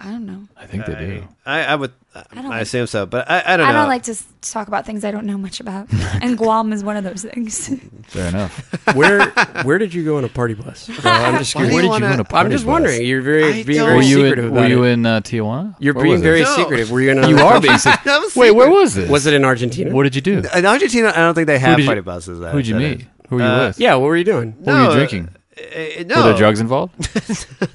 I don't know.
I think they do.
I, I would, I,
don't like-
assume so, but I, I don't
I
know.
don't like to s- talk about things I don't know much about, and Guam is one of those things.
Fair enough.
where where did you go on a party bus? Uh, I'm just curious.
Why do
Where
you
did you
wanna-
go on a
I'm
party
I'm just
bus?
wondering. You're very
I
being
don't-
very
Were you
secretive
in,
about
were you
it.
in uh, Tijuana?
You're
Where
being
was
very
it?
No.
secretive. Were you in?
You
another
are
party
being
bus?
secretive.
That was
Wait, where
secret.
was this?
Was it in Argentina?
What did you do?
In Argentina, I don't think they
Who
have
did you-
party buses. that-
Who'd you
Uh, that
meet?
is.
Who were you
Uh,
with?
Yeah. What were you doing?
What were
No,
you drinking?
Uh,
Were
no.
there drugs involved?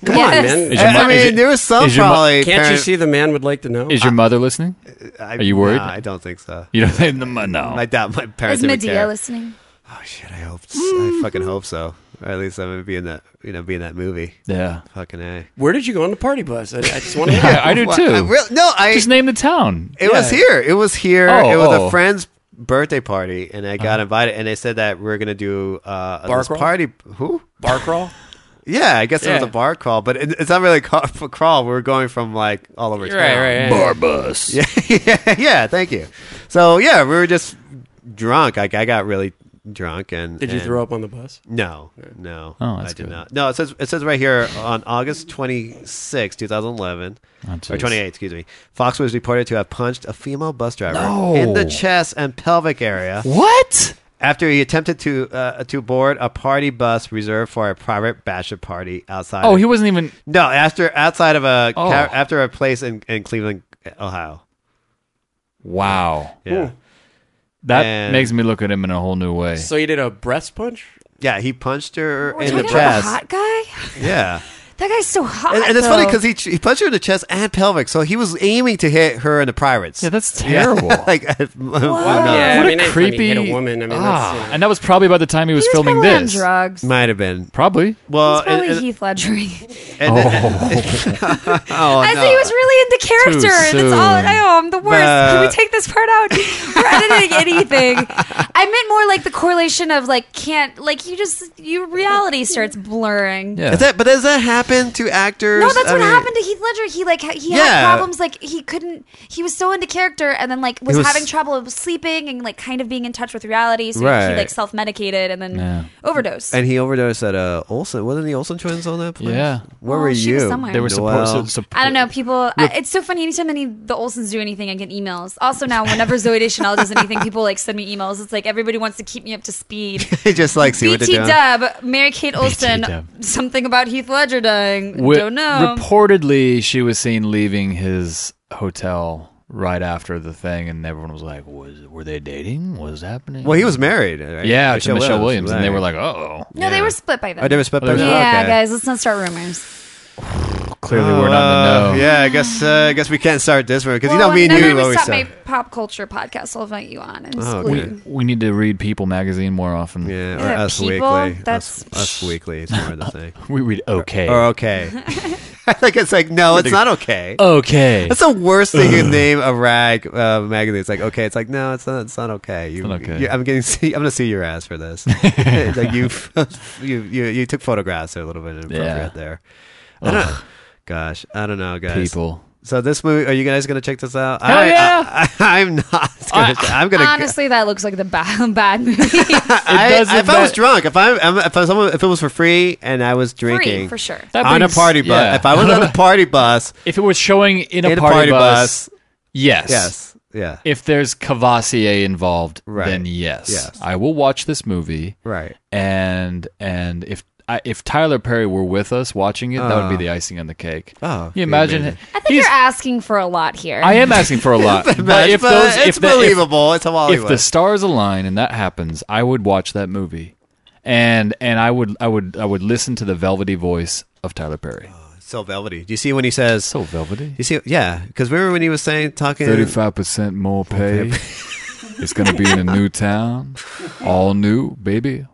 Come on,
Yes.
man.
Is your I- mo- I is mean, it- there was some
is your mo- probably
Can't you
parent-
see the man would like to know?
Is your mother listening?
I-
Are you worried?
nah, I don't think so.
You don't think the mo- no?
I doubt my
Is
parents
Mm.
even
Medea
care.
listening?
I hope. I fucking hope so. Or at least I'm gonna be in that. You know, be in that movie.
Yeah.
Fucking a.
Where did you go on the party bus? I, I just want to.
Yeah, I do
I do too.
I real- no, I
just name the town.
It was
Yeah.
here. It was here.
Oh,
it was
oh.
a friend's birthday party, and I got invited. And they said that we're gonna do uh,
Uh-huh. Bar
this
crawl?
party. Who?
Bar crawl?
Yeah, I guess it was
Yeah.
a bar crawl, but it, it's not really a ca- for crawl. We were going from like all over
Right,
town.
right, right. Bar bus.
Yeah, yeah, yeah, thank you. So yeah, we were just drunk. Like I got really drunk, and
Did you
and-
throw up on the bus?
No, no,
Oh,
I
that's
did
good.
not. No, it says it says right here on August twenty sixth, two 2011,
Oh,
or
jeez.
28, excuse me. Fox was reported to have punched a female bus driver
No.
in the chest and pelvic area.
What?
After he attempted to uh, to board a party bus reserved for a private bachelor party outside.
Oh,
of-
he wasn't even.
no, after outside of a
Oh.
ca- after a place in, in Cleveland, Ohio.
Wow.
Yeah.
That
And-
makes me look at him in a whole new way.
So you did a breast punch?
Yeah, he punched her
We're
in
talking
the
about a
chest.
hot guy.
Yeah.
That guy's so hot.
And, and it's funny
though.
because he, he punched her in the chest and pelvic, so he was aiming to hit her in the privates. Yeah,
that's terrible.
like, I don't know.
Yeah,
what
I mean,
a
anytime you
creepy
hit a woman, I mean,
ah,
that's, uh,
and that was probably by the time he was, filming
probably on
this.
drugs.
Might have been.
Probably.
Well,
It's probably
Uh, and- and-
Heath Ledger.
and
Oh.
oh,
I
no.
said he was really into character, and it's all.
soon.
I know I'm the worst. Can we
But-
take this part out? We're editing anything. I meant more like the correlation of like can't like you just your reality starts blurring.
Is that, but does that happen to actors?
No, that's
I
what
mean,
happened to Heath Ledger. He like ha- he had
Yeah.
problems like he couldn't. He was so into character, and then like was,
It was-
having trouble sleeping and like kind of being in touch with reality. So he
Right.
like self medicated and then
Yeah.
overdosed.
And he overdosed at uh, Olsen. Wasn't the Olsen twins on that? Place?
Yeah.
Where
Oh,
were
she
you?
was somewhere. They were
supposed
Noel?
to- sup-
I don't know, people. I, it's so funny. Anytime any the Olsons do anything, I get emails. Also now, whenever Zoe Deschanel does anything, people like send me emails. It's like everybody wants to keep me up to speed.
They just like see what
BT
they're doing.
Dub, Mary Kate Olsen,
Dub.
something about Heath Ledger dying.
Wi-
don't know.
Reportedly, she was seen leaving his hotel right after the thing, and everyone was like, "Was were they dating? What was happening?"
Well, he was married. right?
Yeah, to Michelle Williams, and they
right.
were like, "Oh,
no, they were split by then.
Oh, they were split by then?
Yeah,
Okay.
guys, let's not start rumors.
clearly we're not
Uh,
in the know."
Yeah, I guess uh, I guess we can't start this one because you
Well,
know me and
whenever
you
we
always
stop
start.
my pop culture podcast, I'll invite you on. And
Oh,
just
okay.
leave.
We need to read People magazine more often.
Yeah,
Yeah,
or us
people,
weekly.
that's-
Us, us weekly is more the thing.
we read
Uh,
okay.
Or okay. I think it's like no, it's not okay.
Oh. Okay.
That's the worst thing you name a rag uh, magazine. It's like okay, it's like no, it's not. It's not okay. You,
not okay.
you- I'm getting. See, I'm gonna sue your ass for this. It's like you, you, you, you took photographs that are a little bit inappropriate
Yeah.
there. I don't-
Ugh.
gosh, I don't know, guys.
People.
So this movie, are you guys gonna check this out?
Hell
I,
yeah!
I, am not. Gonna, I, am gonna.
Honestly, that looks like the bad, bad movie.
I, if I was drunk, if I am if I was someone, if it was for free and I was drinking
for sure.
That
on
brings-
a party bus,
yeah.
if I was on the party bus,
If it was showing in a,
In a
party,
party
bus,
bus,
yes,
yes, yeah.
If there's Cavassier involved,
Right.
then yes,
Yes.
I will watch this movie.
Right.
and and if I, if Tyler Perry were with us watching it, that would
Uh.
be the icing on the cake.
Oh,
you imagine?
I think you're asking for a lot here.
I am asking for a lot, but
But
if
but
those,
it's
if the, if-
believable. it's Hollywood.
if the stars align and that happens, I would watch that movie, and and I would I would I would listen to the velvety voice of Tyler Perry.
so velvety. Do you see when he says so
velvety?
You see, yeah, because remember when he was saying talking
Thirty five percent more pay. it's gonna be in a new town, all new, baby.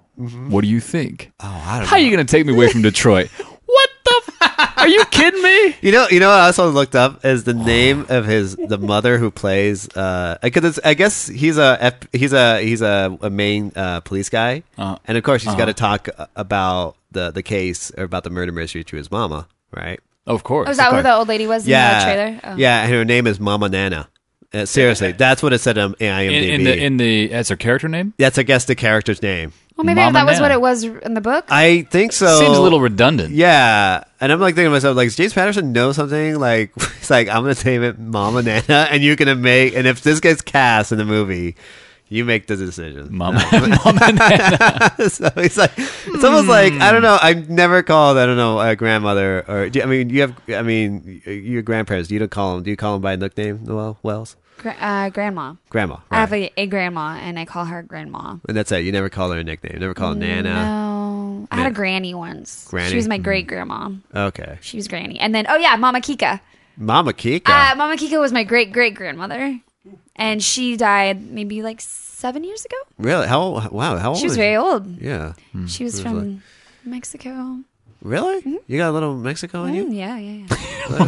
What do you think? Oh,
Mm-hmm. I don't
How are you gonna take me away from Detroit? What the? F- are you kidding me?
You know, you know what I also looked up is the name of his the mother who plays uh because I guess he's a F, he's a he's a, a main uh, police guy,
Uh,
and of course he's
uh-huh.
got to talk about the the case or about the murder mystery to his mama, right?
Of course.
Oh, is that who the old lady was in
yeah,
the trailer? Oh.
yeah, and her name is Mama Nana. Uh, seriously, that's what it said on IMDb.
in, in the in the as her character name?
that's I guess the character's name.
Well, maybe
Mama
that was
Nana.
what it was in the book.
I think so.
Seems a little redundant.
Yeah, and I'm like thinking to myself, like, does James Patterson know something? Like, it's like I'm gonna name it Mama Nana, and you're gonna make, and if this gets cast in the movie, you make the decision.
Mama, Mama
Nana. so it's like, it's almost like I don't know. I've never called I don't know a grandmother or do, I mean you have I mean y- your grandparents. You don't call them. Do you call them by a nickname? Well, Wells,
Gra- uh, grandma.
grandma,
I
right?
have a, a grandma, and I call her grandma.
and that's it. You never call her a nickname. Never call her Nana.
No, No, I had a granny once.
Granny? Mm.
She was my great grandma.
Okay.
She was granny, and then oh yeah, Mama Kika.
Mama Kika.
Uh, Mama Kika was my great great grandmother, and she died maybe like seven years ago.
really? How old? Wow. How old?
She was
is
very old.
Yeah.
She was
It
from
like-
Mexico.
really?
Mm-hmm.
You got a little Mexico in "Oh, you?
Mm, yeah, yeah, yeah.
Little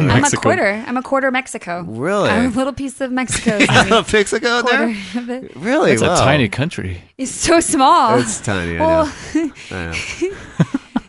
I'm
Mexico.
a quarter. I'm a quarter Mexico.
Really?
I'm a little piece of Mexico.
Mexico there?
Quarter of it.
Really?
That's
Wow.
a tiny country.
It's so small.
It's tiny. I
Well,
know. I, know.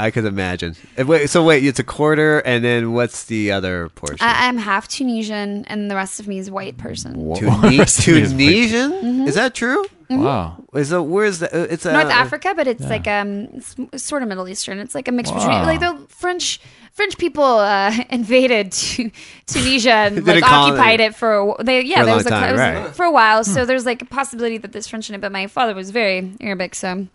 I could imagine. Uh, Wait, so wait, it's a quarter, and then what's the other portion?
I, I'm half Tunisian, and the rest of me is white person.
Tuni-
Rest of me is
Tunisian?
Mhm.
Is that true?
Mhm.
Wow.
Is that where's the? uh, It's uh,
North Africa, but it's
yeah.
like um, it's it's sort of Middle Eastern. It's like a mix between
Wow.
like the French French people uh, invaded Tu- Tunisia and
They
like
coloni-
occupied it for a wh- they yeah
For a
there
long
was a,
time,
it was
right. Hmm.
for a while. So there's like a possibility that there's French in it, but my father was very Arabic, so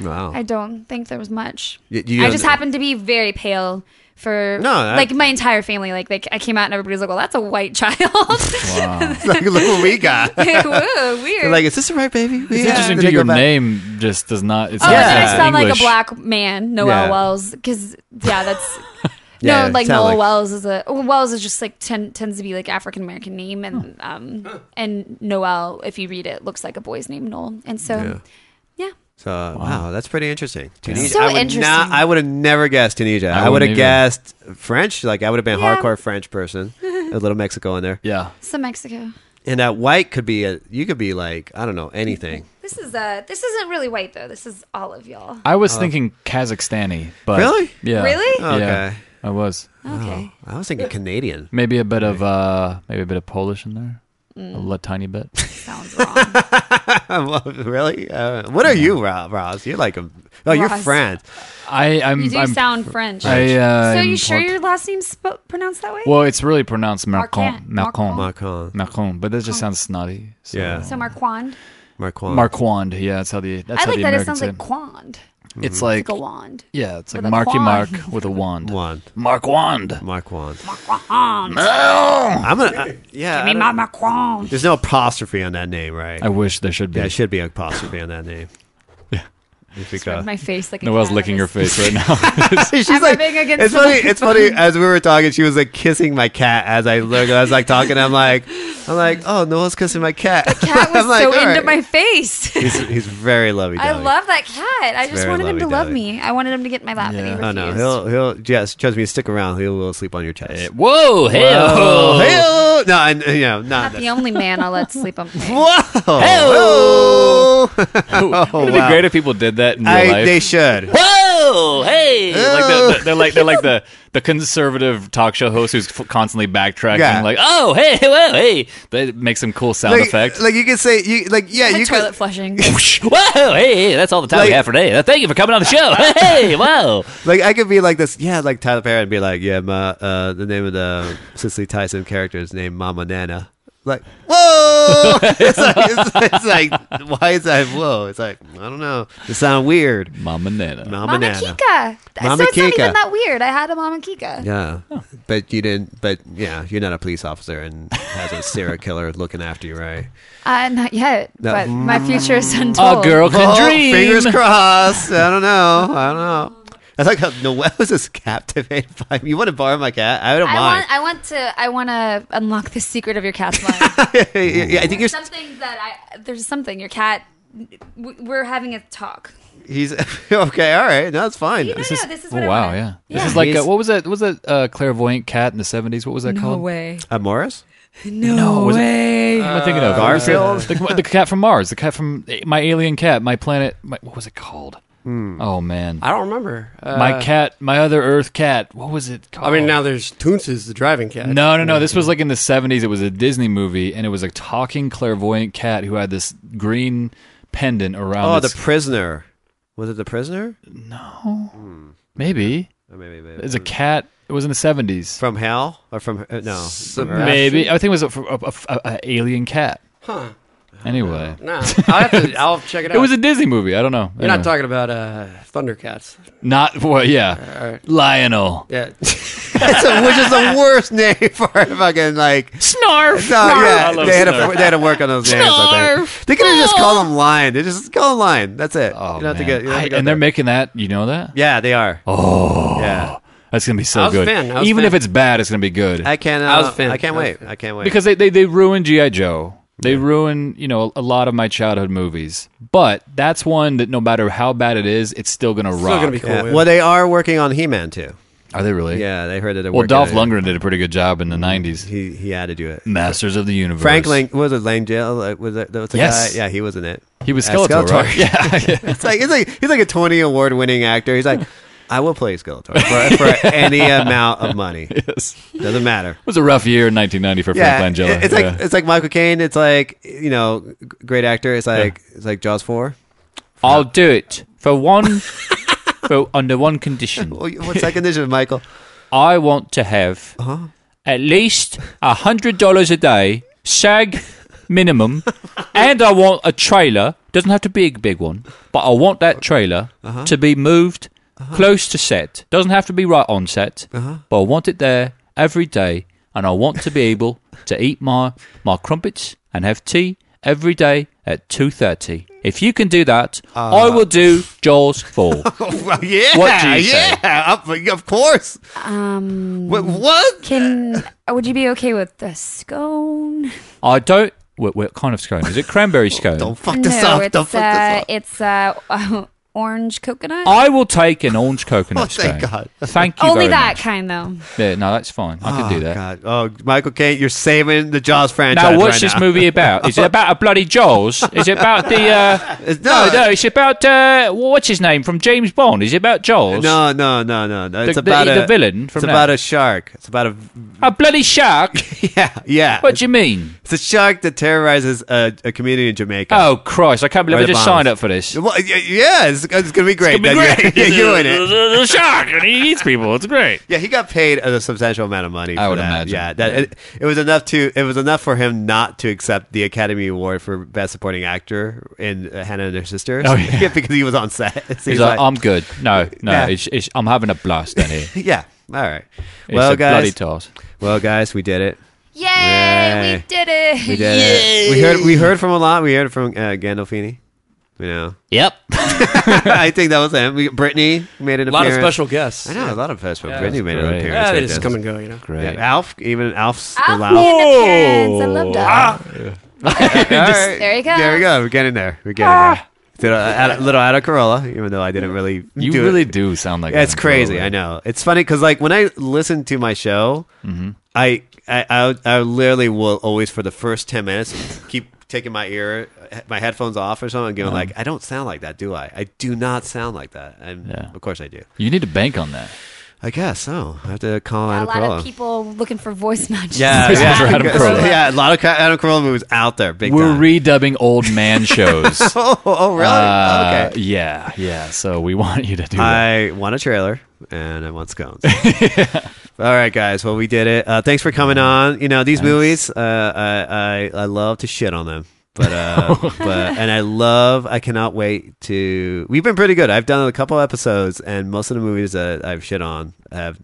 Wow.
I don't think there was much.
Y- you
I
don't-
just happened to be very pale. For
No, I-
like my entire family, like they, I came out and everybody was like, "Well, that's a white child."
Wow.
like, look what we got.
like, whoa,
They're
weird.
uh, like, is this the right baby?
It's
Yeah.
interesting
Did
that
they
your
go back?
name just does not. It's
Oh,
not
and then I sound like a
English.
black man, Noel
Yeah.
Wells, because yeah, that's
Yeah,
no, like
sound
Noel
like-
Wells is a well, Wells is just like ten, tends to be like African American name, and um and Noel, if you read it, looks like a boy's name, Noel, and so
Yeah. So uh, wow. that's pretty interesting. Tunisia.
So
I would
interesting.
Not, I would have never guessed Tunisia.
I
I, would
wouldn't
have
either.
guessed French. Like I would have been a
Yeah.
hardcore French person. a little Mexico in there.
Yeah.
some Mexico.
And that white could be a. You could be like I don't know anything.
This is uh this isn't really white though. This is all of y'all.
I was
Oh.
thinking Kazakhstani, but
Really? Oh,
yeah,
Really?
Yeah,
Okay.
I was
Okay.
I was thinking Canadian.
maybe a bit of uh maybe a bit of Polish in there, a
Mm.
little tiny bit.
Well, really? Uh, what are you, Rob? Ross? You're like a. Oh, you're
Ross.
French.
I I'm
you do
I'm,
sound French.
I, uh,
so
am
you sure
part-
your last name's sp- pronounced that way?
Well, it's really pronounced Marcon,
Marquand.
Marcon,
Marcon,
Marcon, but that just sounds snotty. So.
Yeah.
so Marquand.
Marquand.
Marquand. Yeah, that's how the that's
I
how
like
the
that it
Americans
sounds
say.
like Quand.
it. It's
It's
like
like a wand.
Yeah, it's like
With a
Marky
quand.
Mark with a wand.
Wand.
Marquand.
Marquand.
Marquand.
I'm gonna. I- yeah.
Give
I
me
don't-
my Marquand.
There's no apostrophe on that name, right?
I wish there should be.
Yeah, there should be an apostrophe on that name. yeah. If we
Rubbed
could.
my face like a
Noelle's
cat.
licking her face right now.
She's
I'm
like,
rubbing against
it's
the
funny. It's funny.
microphone.
As we were talking, she was like kissing my cat as I look. I was like talking. I'm like, I'm like, oh, Noel's kissing my cat. The
cat was so into my face.
He's, he's very lovey.
I love that cat. I
It's
just
very
wanted him to love
lovey-dovey.
me. I wanted him to get in my lap, and he
Oh
refused.
no, he'll he'll yes, trust me. Stick around. He'll, he'll sleep on your chest.
whoa, hey,
whoa, hey, no, I, you know, not, Oh,
Not the only man I'll let sleep on.
Whoa!
Hey-oh.
Oh,
Wouldn't it be
wow.
great if people did that in real
I-
life?
they should.
Whoa! Hey! Like
Oh.
the, the, they're like they're like the, the conservative talk show host who's f- constantly backtracking.
Yeah.
Like, oh hey, whoa, hey! That makes some cool sound
like,
effect.
Like you could say, you like yeah, you
toilet
could.
flushing.
whoa! Hey, hey, that's all the time we
Like-
have for today. Thank you for coming on the show. hey, wow!
Like I could be like this, yeah, like Tyler Perry, and be like, yeah, my uh, the name of the Cicely Tyson character is named Mama Nana. Like, whoa! it's, like, it's, it's like, why is that? Whoa! It's like, I don't know. It sound weird.
Mama Nana.
Mama,
Mama
Nana.
Kika.
Mama
so it's not
Kika.
even that weird. I had a Mama Kika.
Yeah,
Oh.
but you didn't. But yeah, you're not a police officer and has a serial killer looking after you, right?
Uh, not yet,
No.
but my future is
A
untold.
girl can
Oh,
dream.
Fingers crossed. I don't know. I don't know. I like how Noel was just captivated by me. You want to borrow my cat? I don't
I
mind.
want. I want to. I want to unlock the secret of your cat's mind.
yeah, I think you're.
there's something that I. There's something your cat. w- We're having a talk.
He's okay. All right. No, it's fine.
This no, is- this is
Oh, wow, yeah. This is like uh, what was that? What was that uh, clairvoyant cat in the seventies? What was that called?
way.
Uh, Morris.
No,
was it-
way.
What am I thinking of?
Uh, Garfield?
the, the cat from Mars. The cat from my alien cat. My planet. My, what was it called?
Hmm.
Oh man,
I don't remember.
my
Uh,
cat, my other Earth cat. What was it
I
called?
mean, now there's Toonces, the driving cat.
No, no, no. This was like in the seventies. It was a Disney movie, and it was a talking clairvoyant cat who had this green pendant around.
Oh, the
its-
prisoner. Was it the prisoner?
maybe.
Or maybe, maybe.
It was a cat. It was in the seventies.
From hell or from uh, no? from Earth?
Maybe I think it was a, a, a, a alien cat.
Huh.
Anyway,
No, Ah, I'll, have to, I'll check it out.
it was a Disney movie. I don't know.
You're not
Anyway.
talking about uh, Thundercats.
Not well, yeah.
All right.
Lionel.
Yeah.
That's a, which is the worst name for a fucking like
Snarf.
No,
I
yeah,
love
they had, to,
Snarf.
they had to work on those names. I think.
Snarf.
They could have just
Oh.
called them line. They just call them line. That's it. you don't have to
Oh, Man,
get. You don't have
I-
to
and
go
they're making that. You know that?
Yeah, they are.
Oh,
yeah.
That's gonna be so
I was a
good.
fan, I was a
Even
fan.
if it's bad, it's gonna be good.
I can't.
I was a
uh,
fan.
I can't
I was a
wait.
fan.
I can't wait.
because they they, they ruined GI Joe. They ruined you know a lot of my childhood movies. But that's one that no matter how bad it is, it's still gonna rock.
Yeah. Well, they are working on He-Man too.
Are they really?
Yeah, they heard that. They're
Well,
working
Dolph
on it.
Lundgren did a pretty good job in the '90s.
He he had to do it.
Masters of the Universe.
Frank Lang was it Langdale? Was it that was the
Yes.
guy? Yeah, he was in it.
He was
Uh,
Skeletor, right? Yeah.
it's like it's like he's like a Tony award winning actor. He's like, I will play Skeletor for, for any amount of money.
Yes.
Doesn't matter.
It was a rough year in 1990 for Frank
it-
Langella.
it's like
Yeah.
it's like Michael Caine. It's like you know, g- great actor. It's like it's like Jaws four.
I'll do it for one, for under one condition.
What's that condition, Michael?
I want to have
Uh-huh.
at least a hundred dollars a day, SAG minimum, and I want a trailer. Doesn't have to be a big one, but I want that trailer
Uh-huh.
to be moved close to set. Doesn't have to be right on set,
Uh-huh.
but I want it there every day, and I want to be able to eat my my crumpets and have tea every day at two thirty. If you can do that,
Uh.
I will do Jaws four.
well, yeah,
What do you say?
yeah, of, of course.
Um,
what, what?
Can Uh, would you be okay with the scone?
I don't. What, what kind of scone? Is it cranberry scone? don't
fuck
no, it's uh, it's uh, orange coconut.
I will take an orange coconut
Oh, thank
scone.
God.
Thank you.
Only
very
that
much.
kind though.
Yeah, no, that's fine. I
oh,
can do that.
God. Oh, Michael Caine, you're saving the Jaws franchise.
Now, what's
right
this movie about? Is it about a bloody Jaws? Is it about the? Uh, no, no, it's about uh, what's his name from James Bond? Is it about Jaws?
No, no, no, no, no. It's
The- the-
about
the
a
villain from
It's about
that.
a shark. It's about a
a bloody shark.
yeah.
What do you mean?
It's a shark that terrorizes a, a community in Jamaica.
Oh Christ! I can't believe
Where
I
the
just
bombs.
signed up for this.
Well, y- yeah, it's, it's gonna be great.
It's gonna be
That-
great.
Yeah, you in it.
The shark and he eats people. It's great.
Yeah, he got paid a substantial amount of money. For
I would
that.
imagine.
Yeah, that It, it was enough to it was enough for him not to accept the Academy Award for Best Supporting Actor in uh, Hannah and Her Sisters.
Oh, yeah.
because he was on set. So
He's like, "Um." I'm good. No, no,
Yeah.
it's, it's, I'm having a blast down here.
yeah. All right.
It's
well,
a bloody
guys.
toss.
Well, guys, we did it.
Yay, we
Yay.
did it.
We did it. We heard we heard from a lot. We heard from uh, Gandolfini. You know.
Yep.
I think that was him. We, Brittany made an appearance.
A lot of special guests.
I know
Yeah.
a lot of special.
Yeah.
Brittany made an
Great.
appearance.
Yeah, they
right
just
there.
come and go, you know.
Yeah, Alf, even Alf's
Alf
allowed.
made an appearance. I loved Alf. Ah. There you go. Ah.
There we go. We're getting there. We're getting there. Did a, a little out of Corolla, even though I didn't really.
You
do it.
really do sound like
Yeah, it's
Adam
crazy.
Carolla.
I know. It's funny because like when I listen to my show, I, I I I literally will always for the first ten minutes keep taking my ear my headphones off or something and going
Mhm.
like I don't sound like that, do I? I do not sound like that. And of course I do.
You need to bank on that.
I guess so. I have to call
A
Adam
lot
Carolla.
of people looking for voice matches.
yeah,
Voices
yeah,
for Adam Carolla.
yeah, a lot of ca- Adam Carolla movies out there. Big
We're
time.
redubbing old man shows.
oh, oh, really?
Uh,
okay.
Yeah, yeah. So we want you to do that.
I want a trailer and I want scones. All right, guys. Well, we did it. Uh, thanks for coming on. You know these movies. Uh, I, I I love to shit on them, but uh, but and I love. I cannot wait to. We've been pretty good. I've done a couple episodes, and most of the movies that I've shit on have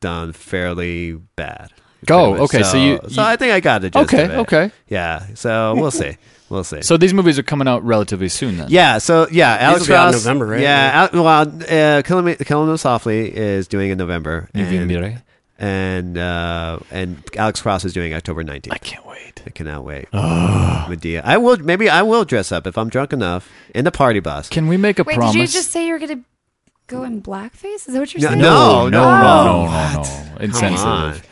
done fairly bad.
Go.
Pretty much.
Oh, Okay, so you-
so
you-
I think I got the gist
Okay,
of it.
okay.
Yeah. So we'll see. We'll see.
So these movies are coming out relatively soon then.
Yeah, so yeah, Alex
will be out in
Ross.
November, right?
Yeah, Al, well, uh, Killing, Me, Killing Them Softly is doing in November.
November.
And, and uh, and Alex Cross is doing October nineteenth. I can't
wait.
I cannot wait. Medea, I will. Maybe I will dress up if I'm drunk enough in the party bus.
Can we make
Wait, did you just say you were gonna go in blackface? Is that what you're
No,
saying?
No,
no,
no, no,
Oh.
no, no, no.
on.
Insensitive.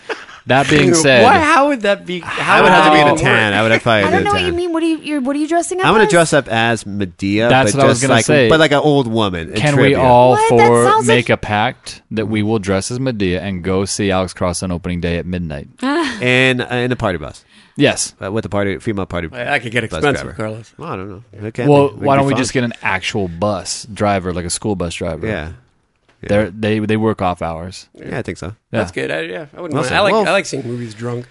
That being said,
Why, how would that be?
I
How
would
would
have to be
that
in
be
a tan. I would have probably
Oh, I don't
been
know
in a
what you
tan.
mean. What are you? You're, what are you dressing up?
I'm gonna
as?
dress up as Medea.
That's
but
what I was
just
gonna
like,
say.
But like an old woman. in
can we
trivia.
all
What? That
four
sounds like-
make a pact that we will dress as Medea and go see Alex Cross on opening day at midnight?
and uh, in a party bus?
Yes.
Uh, with a party female party.
I could get
bus
expensive,
driver.
Carlos.
Well, I don't know.
well, why don't we just get an actual bus driver, like a school bus driver?
Yeah. Yeah.
They're, they they work off hours.
Yeah, I think so.
Yeah.
That's good. I, yeah, I wouldn't
Awesome.
mind. I like
Well-
I like seeing movies drunk.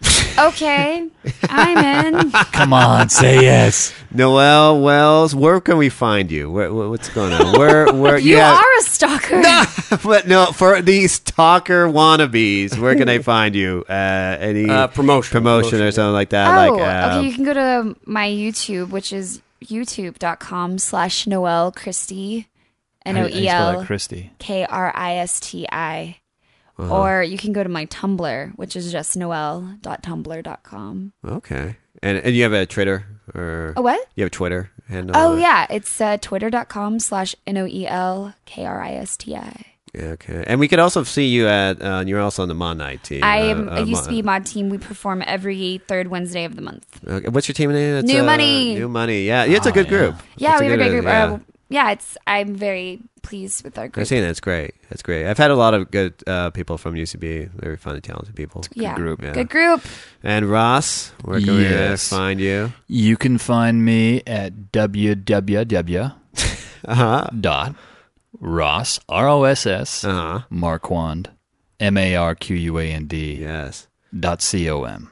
Okay, I'm in.
Come on,
E
say yes. Noelle Wells, where can we find you? Where, wh- what's going on? Where, where
You
yeah,
are a stalker.
but no, for these talker wannabes, where can they find you? Uh, any
Uh,
promotion, or something like
Oh,
that? like, uh,
okay. You can go to my YouTube, which is youtube.com slash Noel Christie,
How
N
do you-
O
how do you
E
spell that,
L
Christie?
K R I S T I.
Uh-huh.
Or you can go to my Tumblr, which is just noel.tumblr.com.
okay. And and you have a Twitter or
A what?
You have a Twitter handle?
Oh,
or-
yeah. It's uh, twitter.com slash N O E L K R I S T I.
Yeah, Okay. And we could also see you at. Uh, you're also on the Mon Night team.
I
uh,
am.
uh,
I used to
Mon-
be mod team. We perform every third Wednesday of the month.
Okay, What's your team name? It's, uh,
New Money.
New money. Oh, Yeah, it's a good group.
Yeah,
It's
we have a great group.
Yeah.
Uh, yeah, it's. I'm very pleased with our group.
I've seen it. It's great. It's great. I've had a lot of good uh, people from UCB. Very fun and talented people.
Good Yeah. group. Good group.
And Ross, where can
Yes.
we uh, find you?
You can find me at www.
Uh-huh.
dot Ross R O S S
Uh-huh.
Marquand M A R Q U A N D
yes
dot c o m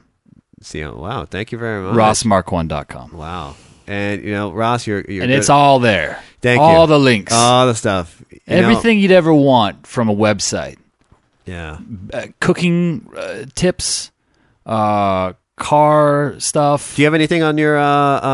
See, oh, wow. Thank you very much.
rossmarquand.com.
Wow. And you know, Ross, you're, you're
and
good-
it's all there.
Thank you.
all the links,
all the stuff, You know-
everything you'd ever want from a website.
Yeah,
uh, cooking uh, tips, uh, car stuff.
Do you have anything on your uh,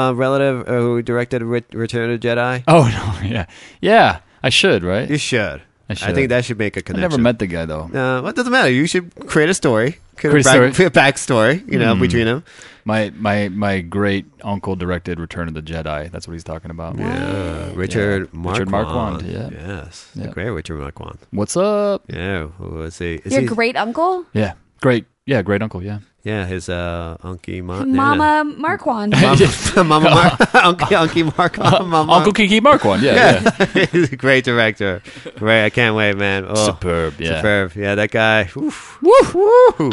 uh, relative uh, who directed Ret- Return of the Jedi?
Oh no, yeah, yeah. I should, right? You
should.
I should.
think that should make a
I never
connection.
met the guy though.
Uh, well, it doesn't matter. You should create a story,
Create a Hmm.
back- backstory, you know, between them.
My my my great uncle directed Return of the Jedi. That's what he's talking about.
Yeah, Richard Marquand.
Richard Marquand. Yeah.
Yes, the great Richard Marquand.
What's up?
Yeah, who was he? Is
Your
he-
great uncle,
Yeah. Great. Yeah. Great uncle. Yeah.
Yeah, his uh, Unky Ma- Nana.
Mama Marquand.
Mama, Mama Mar- Unky, Unky Marquand.
Um, uh,
Mama.
Uh, Uncle Kiki Marquand. Yeah. yeah.
He's a great director. Great. I can't wait, man. Oh,
Superb, yeah.
Superb. Yeah, that guy. Oof. Woo! Woo!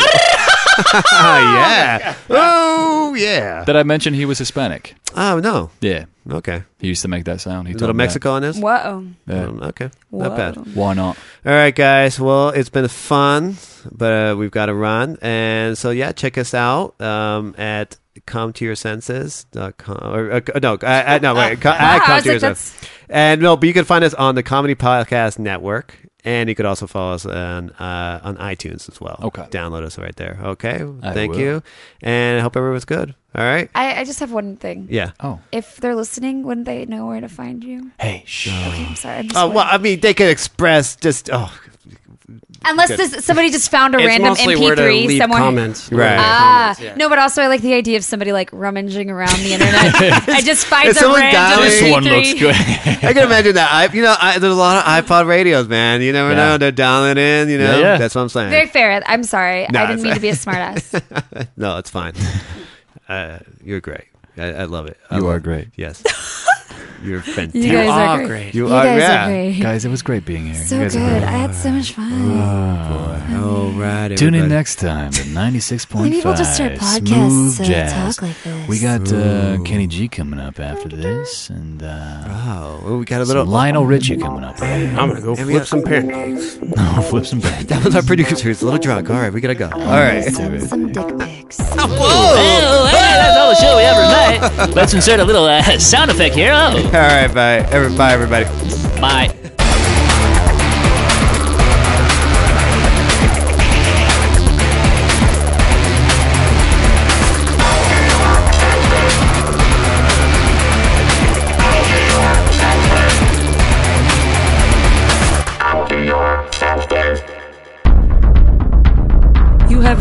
yeah. Oh, yeah.
Did I mention he was Hispanic?
Oh no.
Yeah.
Okay.
He used to make that sound. He
Little
told me that.
Mexico on this?
Whoa.
Yeah.
Um, okay. Not
Whoa.
bad.
Why not?
All right, guys. Well, it's been fun, but uh, we've got to run. And so, yeah, check us out um, at come to your senses.com. Or, uh, no, uh, at, no, wait. co-
Wow,
at
Ah, I
come
was
to your
like,
senses. And no, but you can find us on the Comedy Podcast Network. And you could also follow us on uh, on iTunes as well. Okay. Download us right there. Okay.
I
Thank
will.
you. And I hope everyone's good. All right.
I, I just have one thing.
Yeah. Oh.
If they're listening, wouldn't they know where to find you?
Hey, shh.
Okay, I'm sorry. I'm just
Oh, well, I mean, they could express just, oh,
Unless
Good.
this, somebody just found a
It's
random
mostly where to
MP3
leave
somewhere.
comments. Right.
Ah,
Comments, yeah.
no, but also I like the idea of somebody like rummaging around the internet. I just find
If
some
someone
random.
dies-
MP3.
I can imagine that. I, you know, I, there's a lot of iPod radios, man. You never
Yeah.
know. They're dialing in. You know,
Yeah, yeah.
that's what I'm saying.
Very fair. I'm sorry.
No,
I didn't
it's-
mean to be a smartass.
no, it's fine. Uh, you're great. I, I love it. I
You
love
are
it.
great.
Yes. You're fantastic.
You guys are great.
You,
You
are,
guys are
yeah.
great.
Guys, it was great being here.
so
You
good.
guys are
I
great.
had so much fun.
All right.
Tune in
everybody.
next time to 96.5.
Maybe we'll just start podcasts
Smooth
that
jazz.
talk like this.
We got uh, Kenny G coming up after this, and uh,
oh, we got a
uh,
little Lionel Richie coming up. I'm
gonna go flip some pancakes.
No, flip some back.
That was our producer. He's a little drunk. All right, we gotta go. All right.
Some dick pics.
Oh, hey, that's all the show we have for tonight. Let's insert a little uh, sound effect here. Oh.
All right. Bye. Every, bye, everybody.
Bye.
You have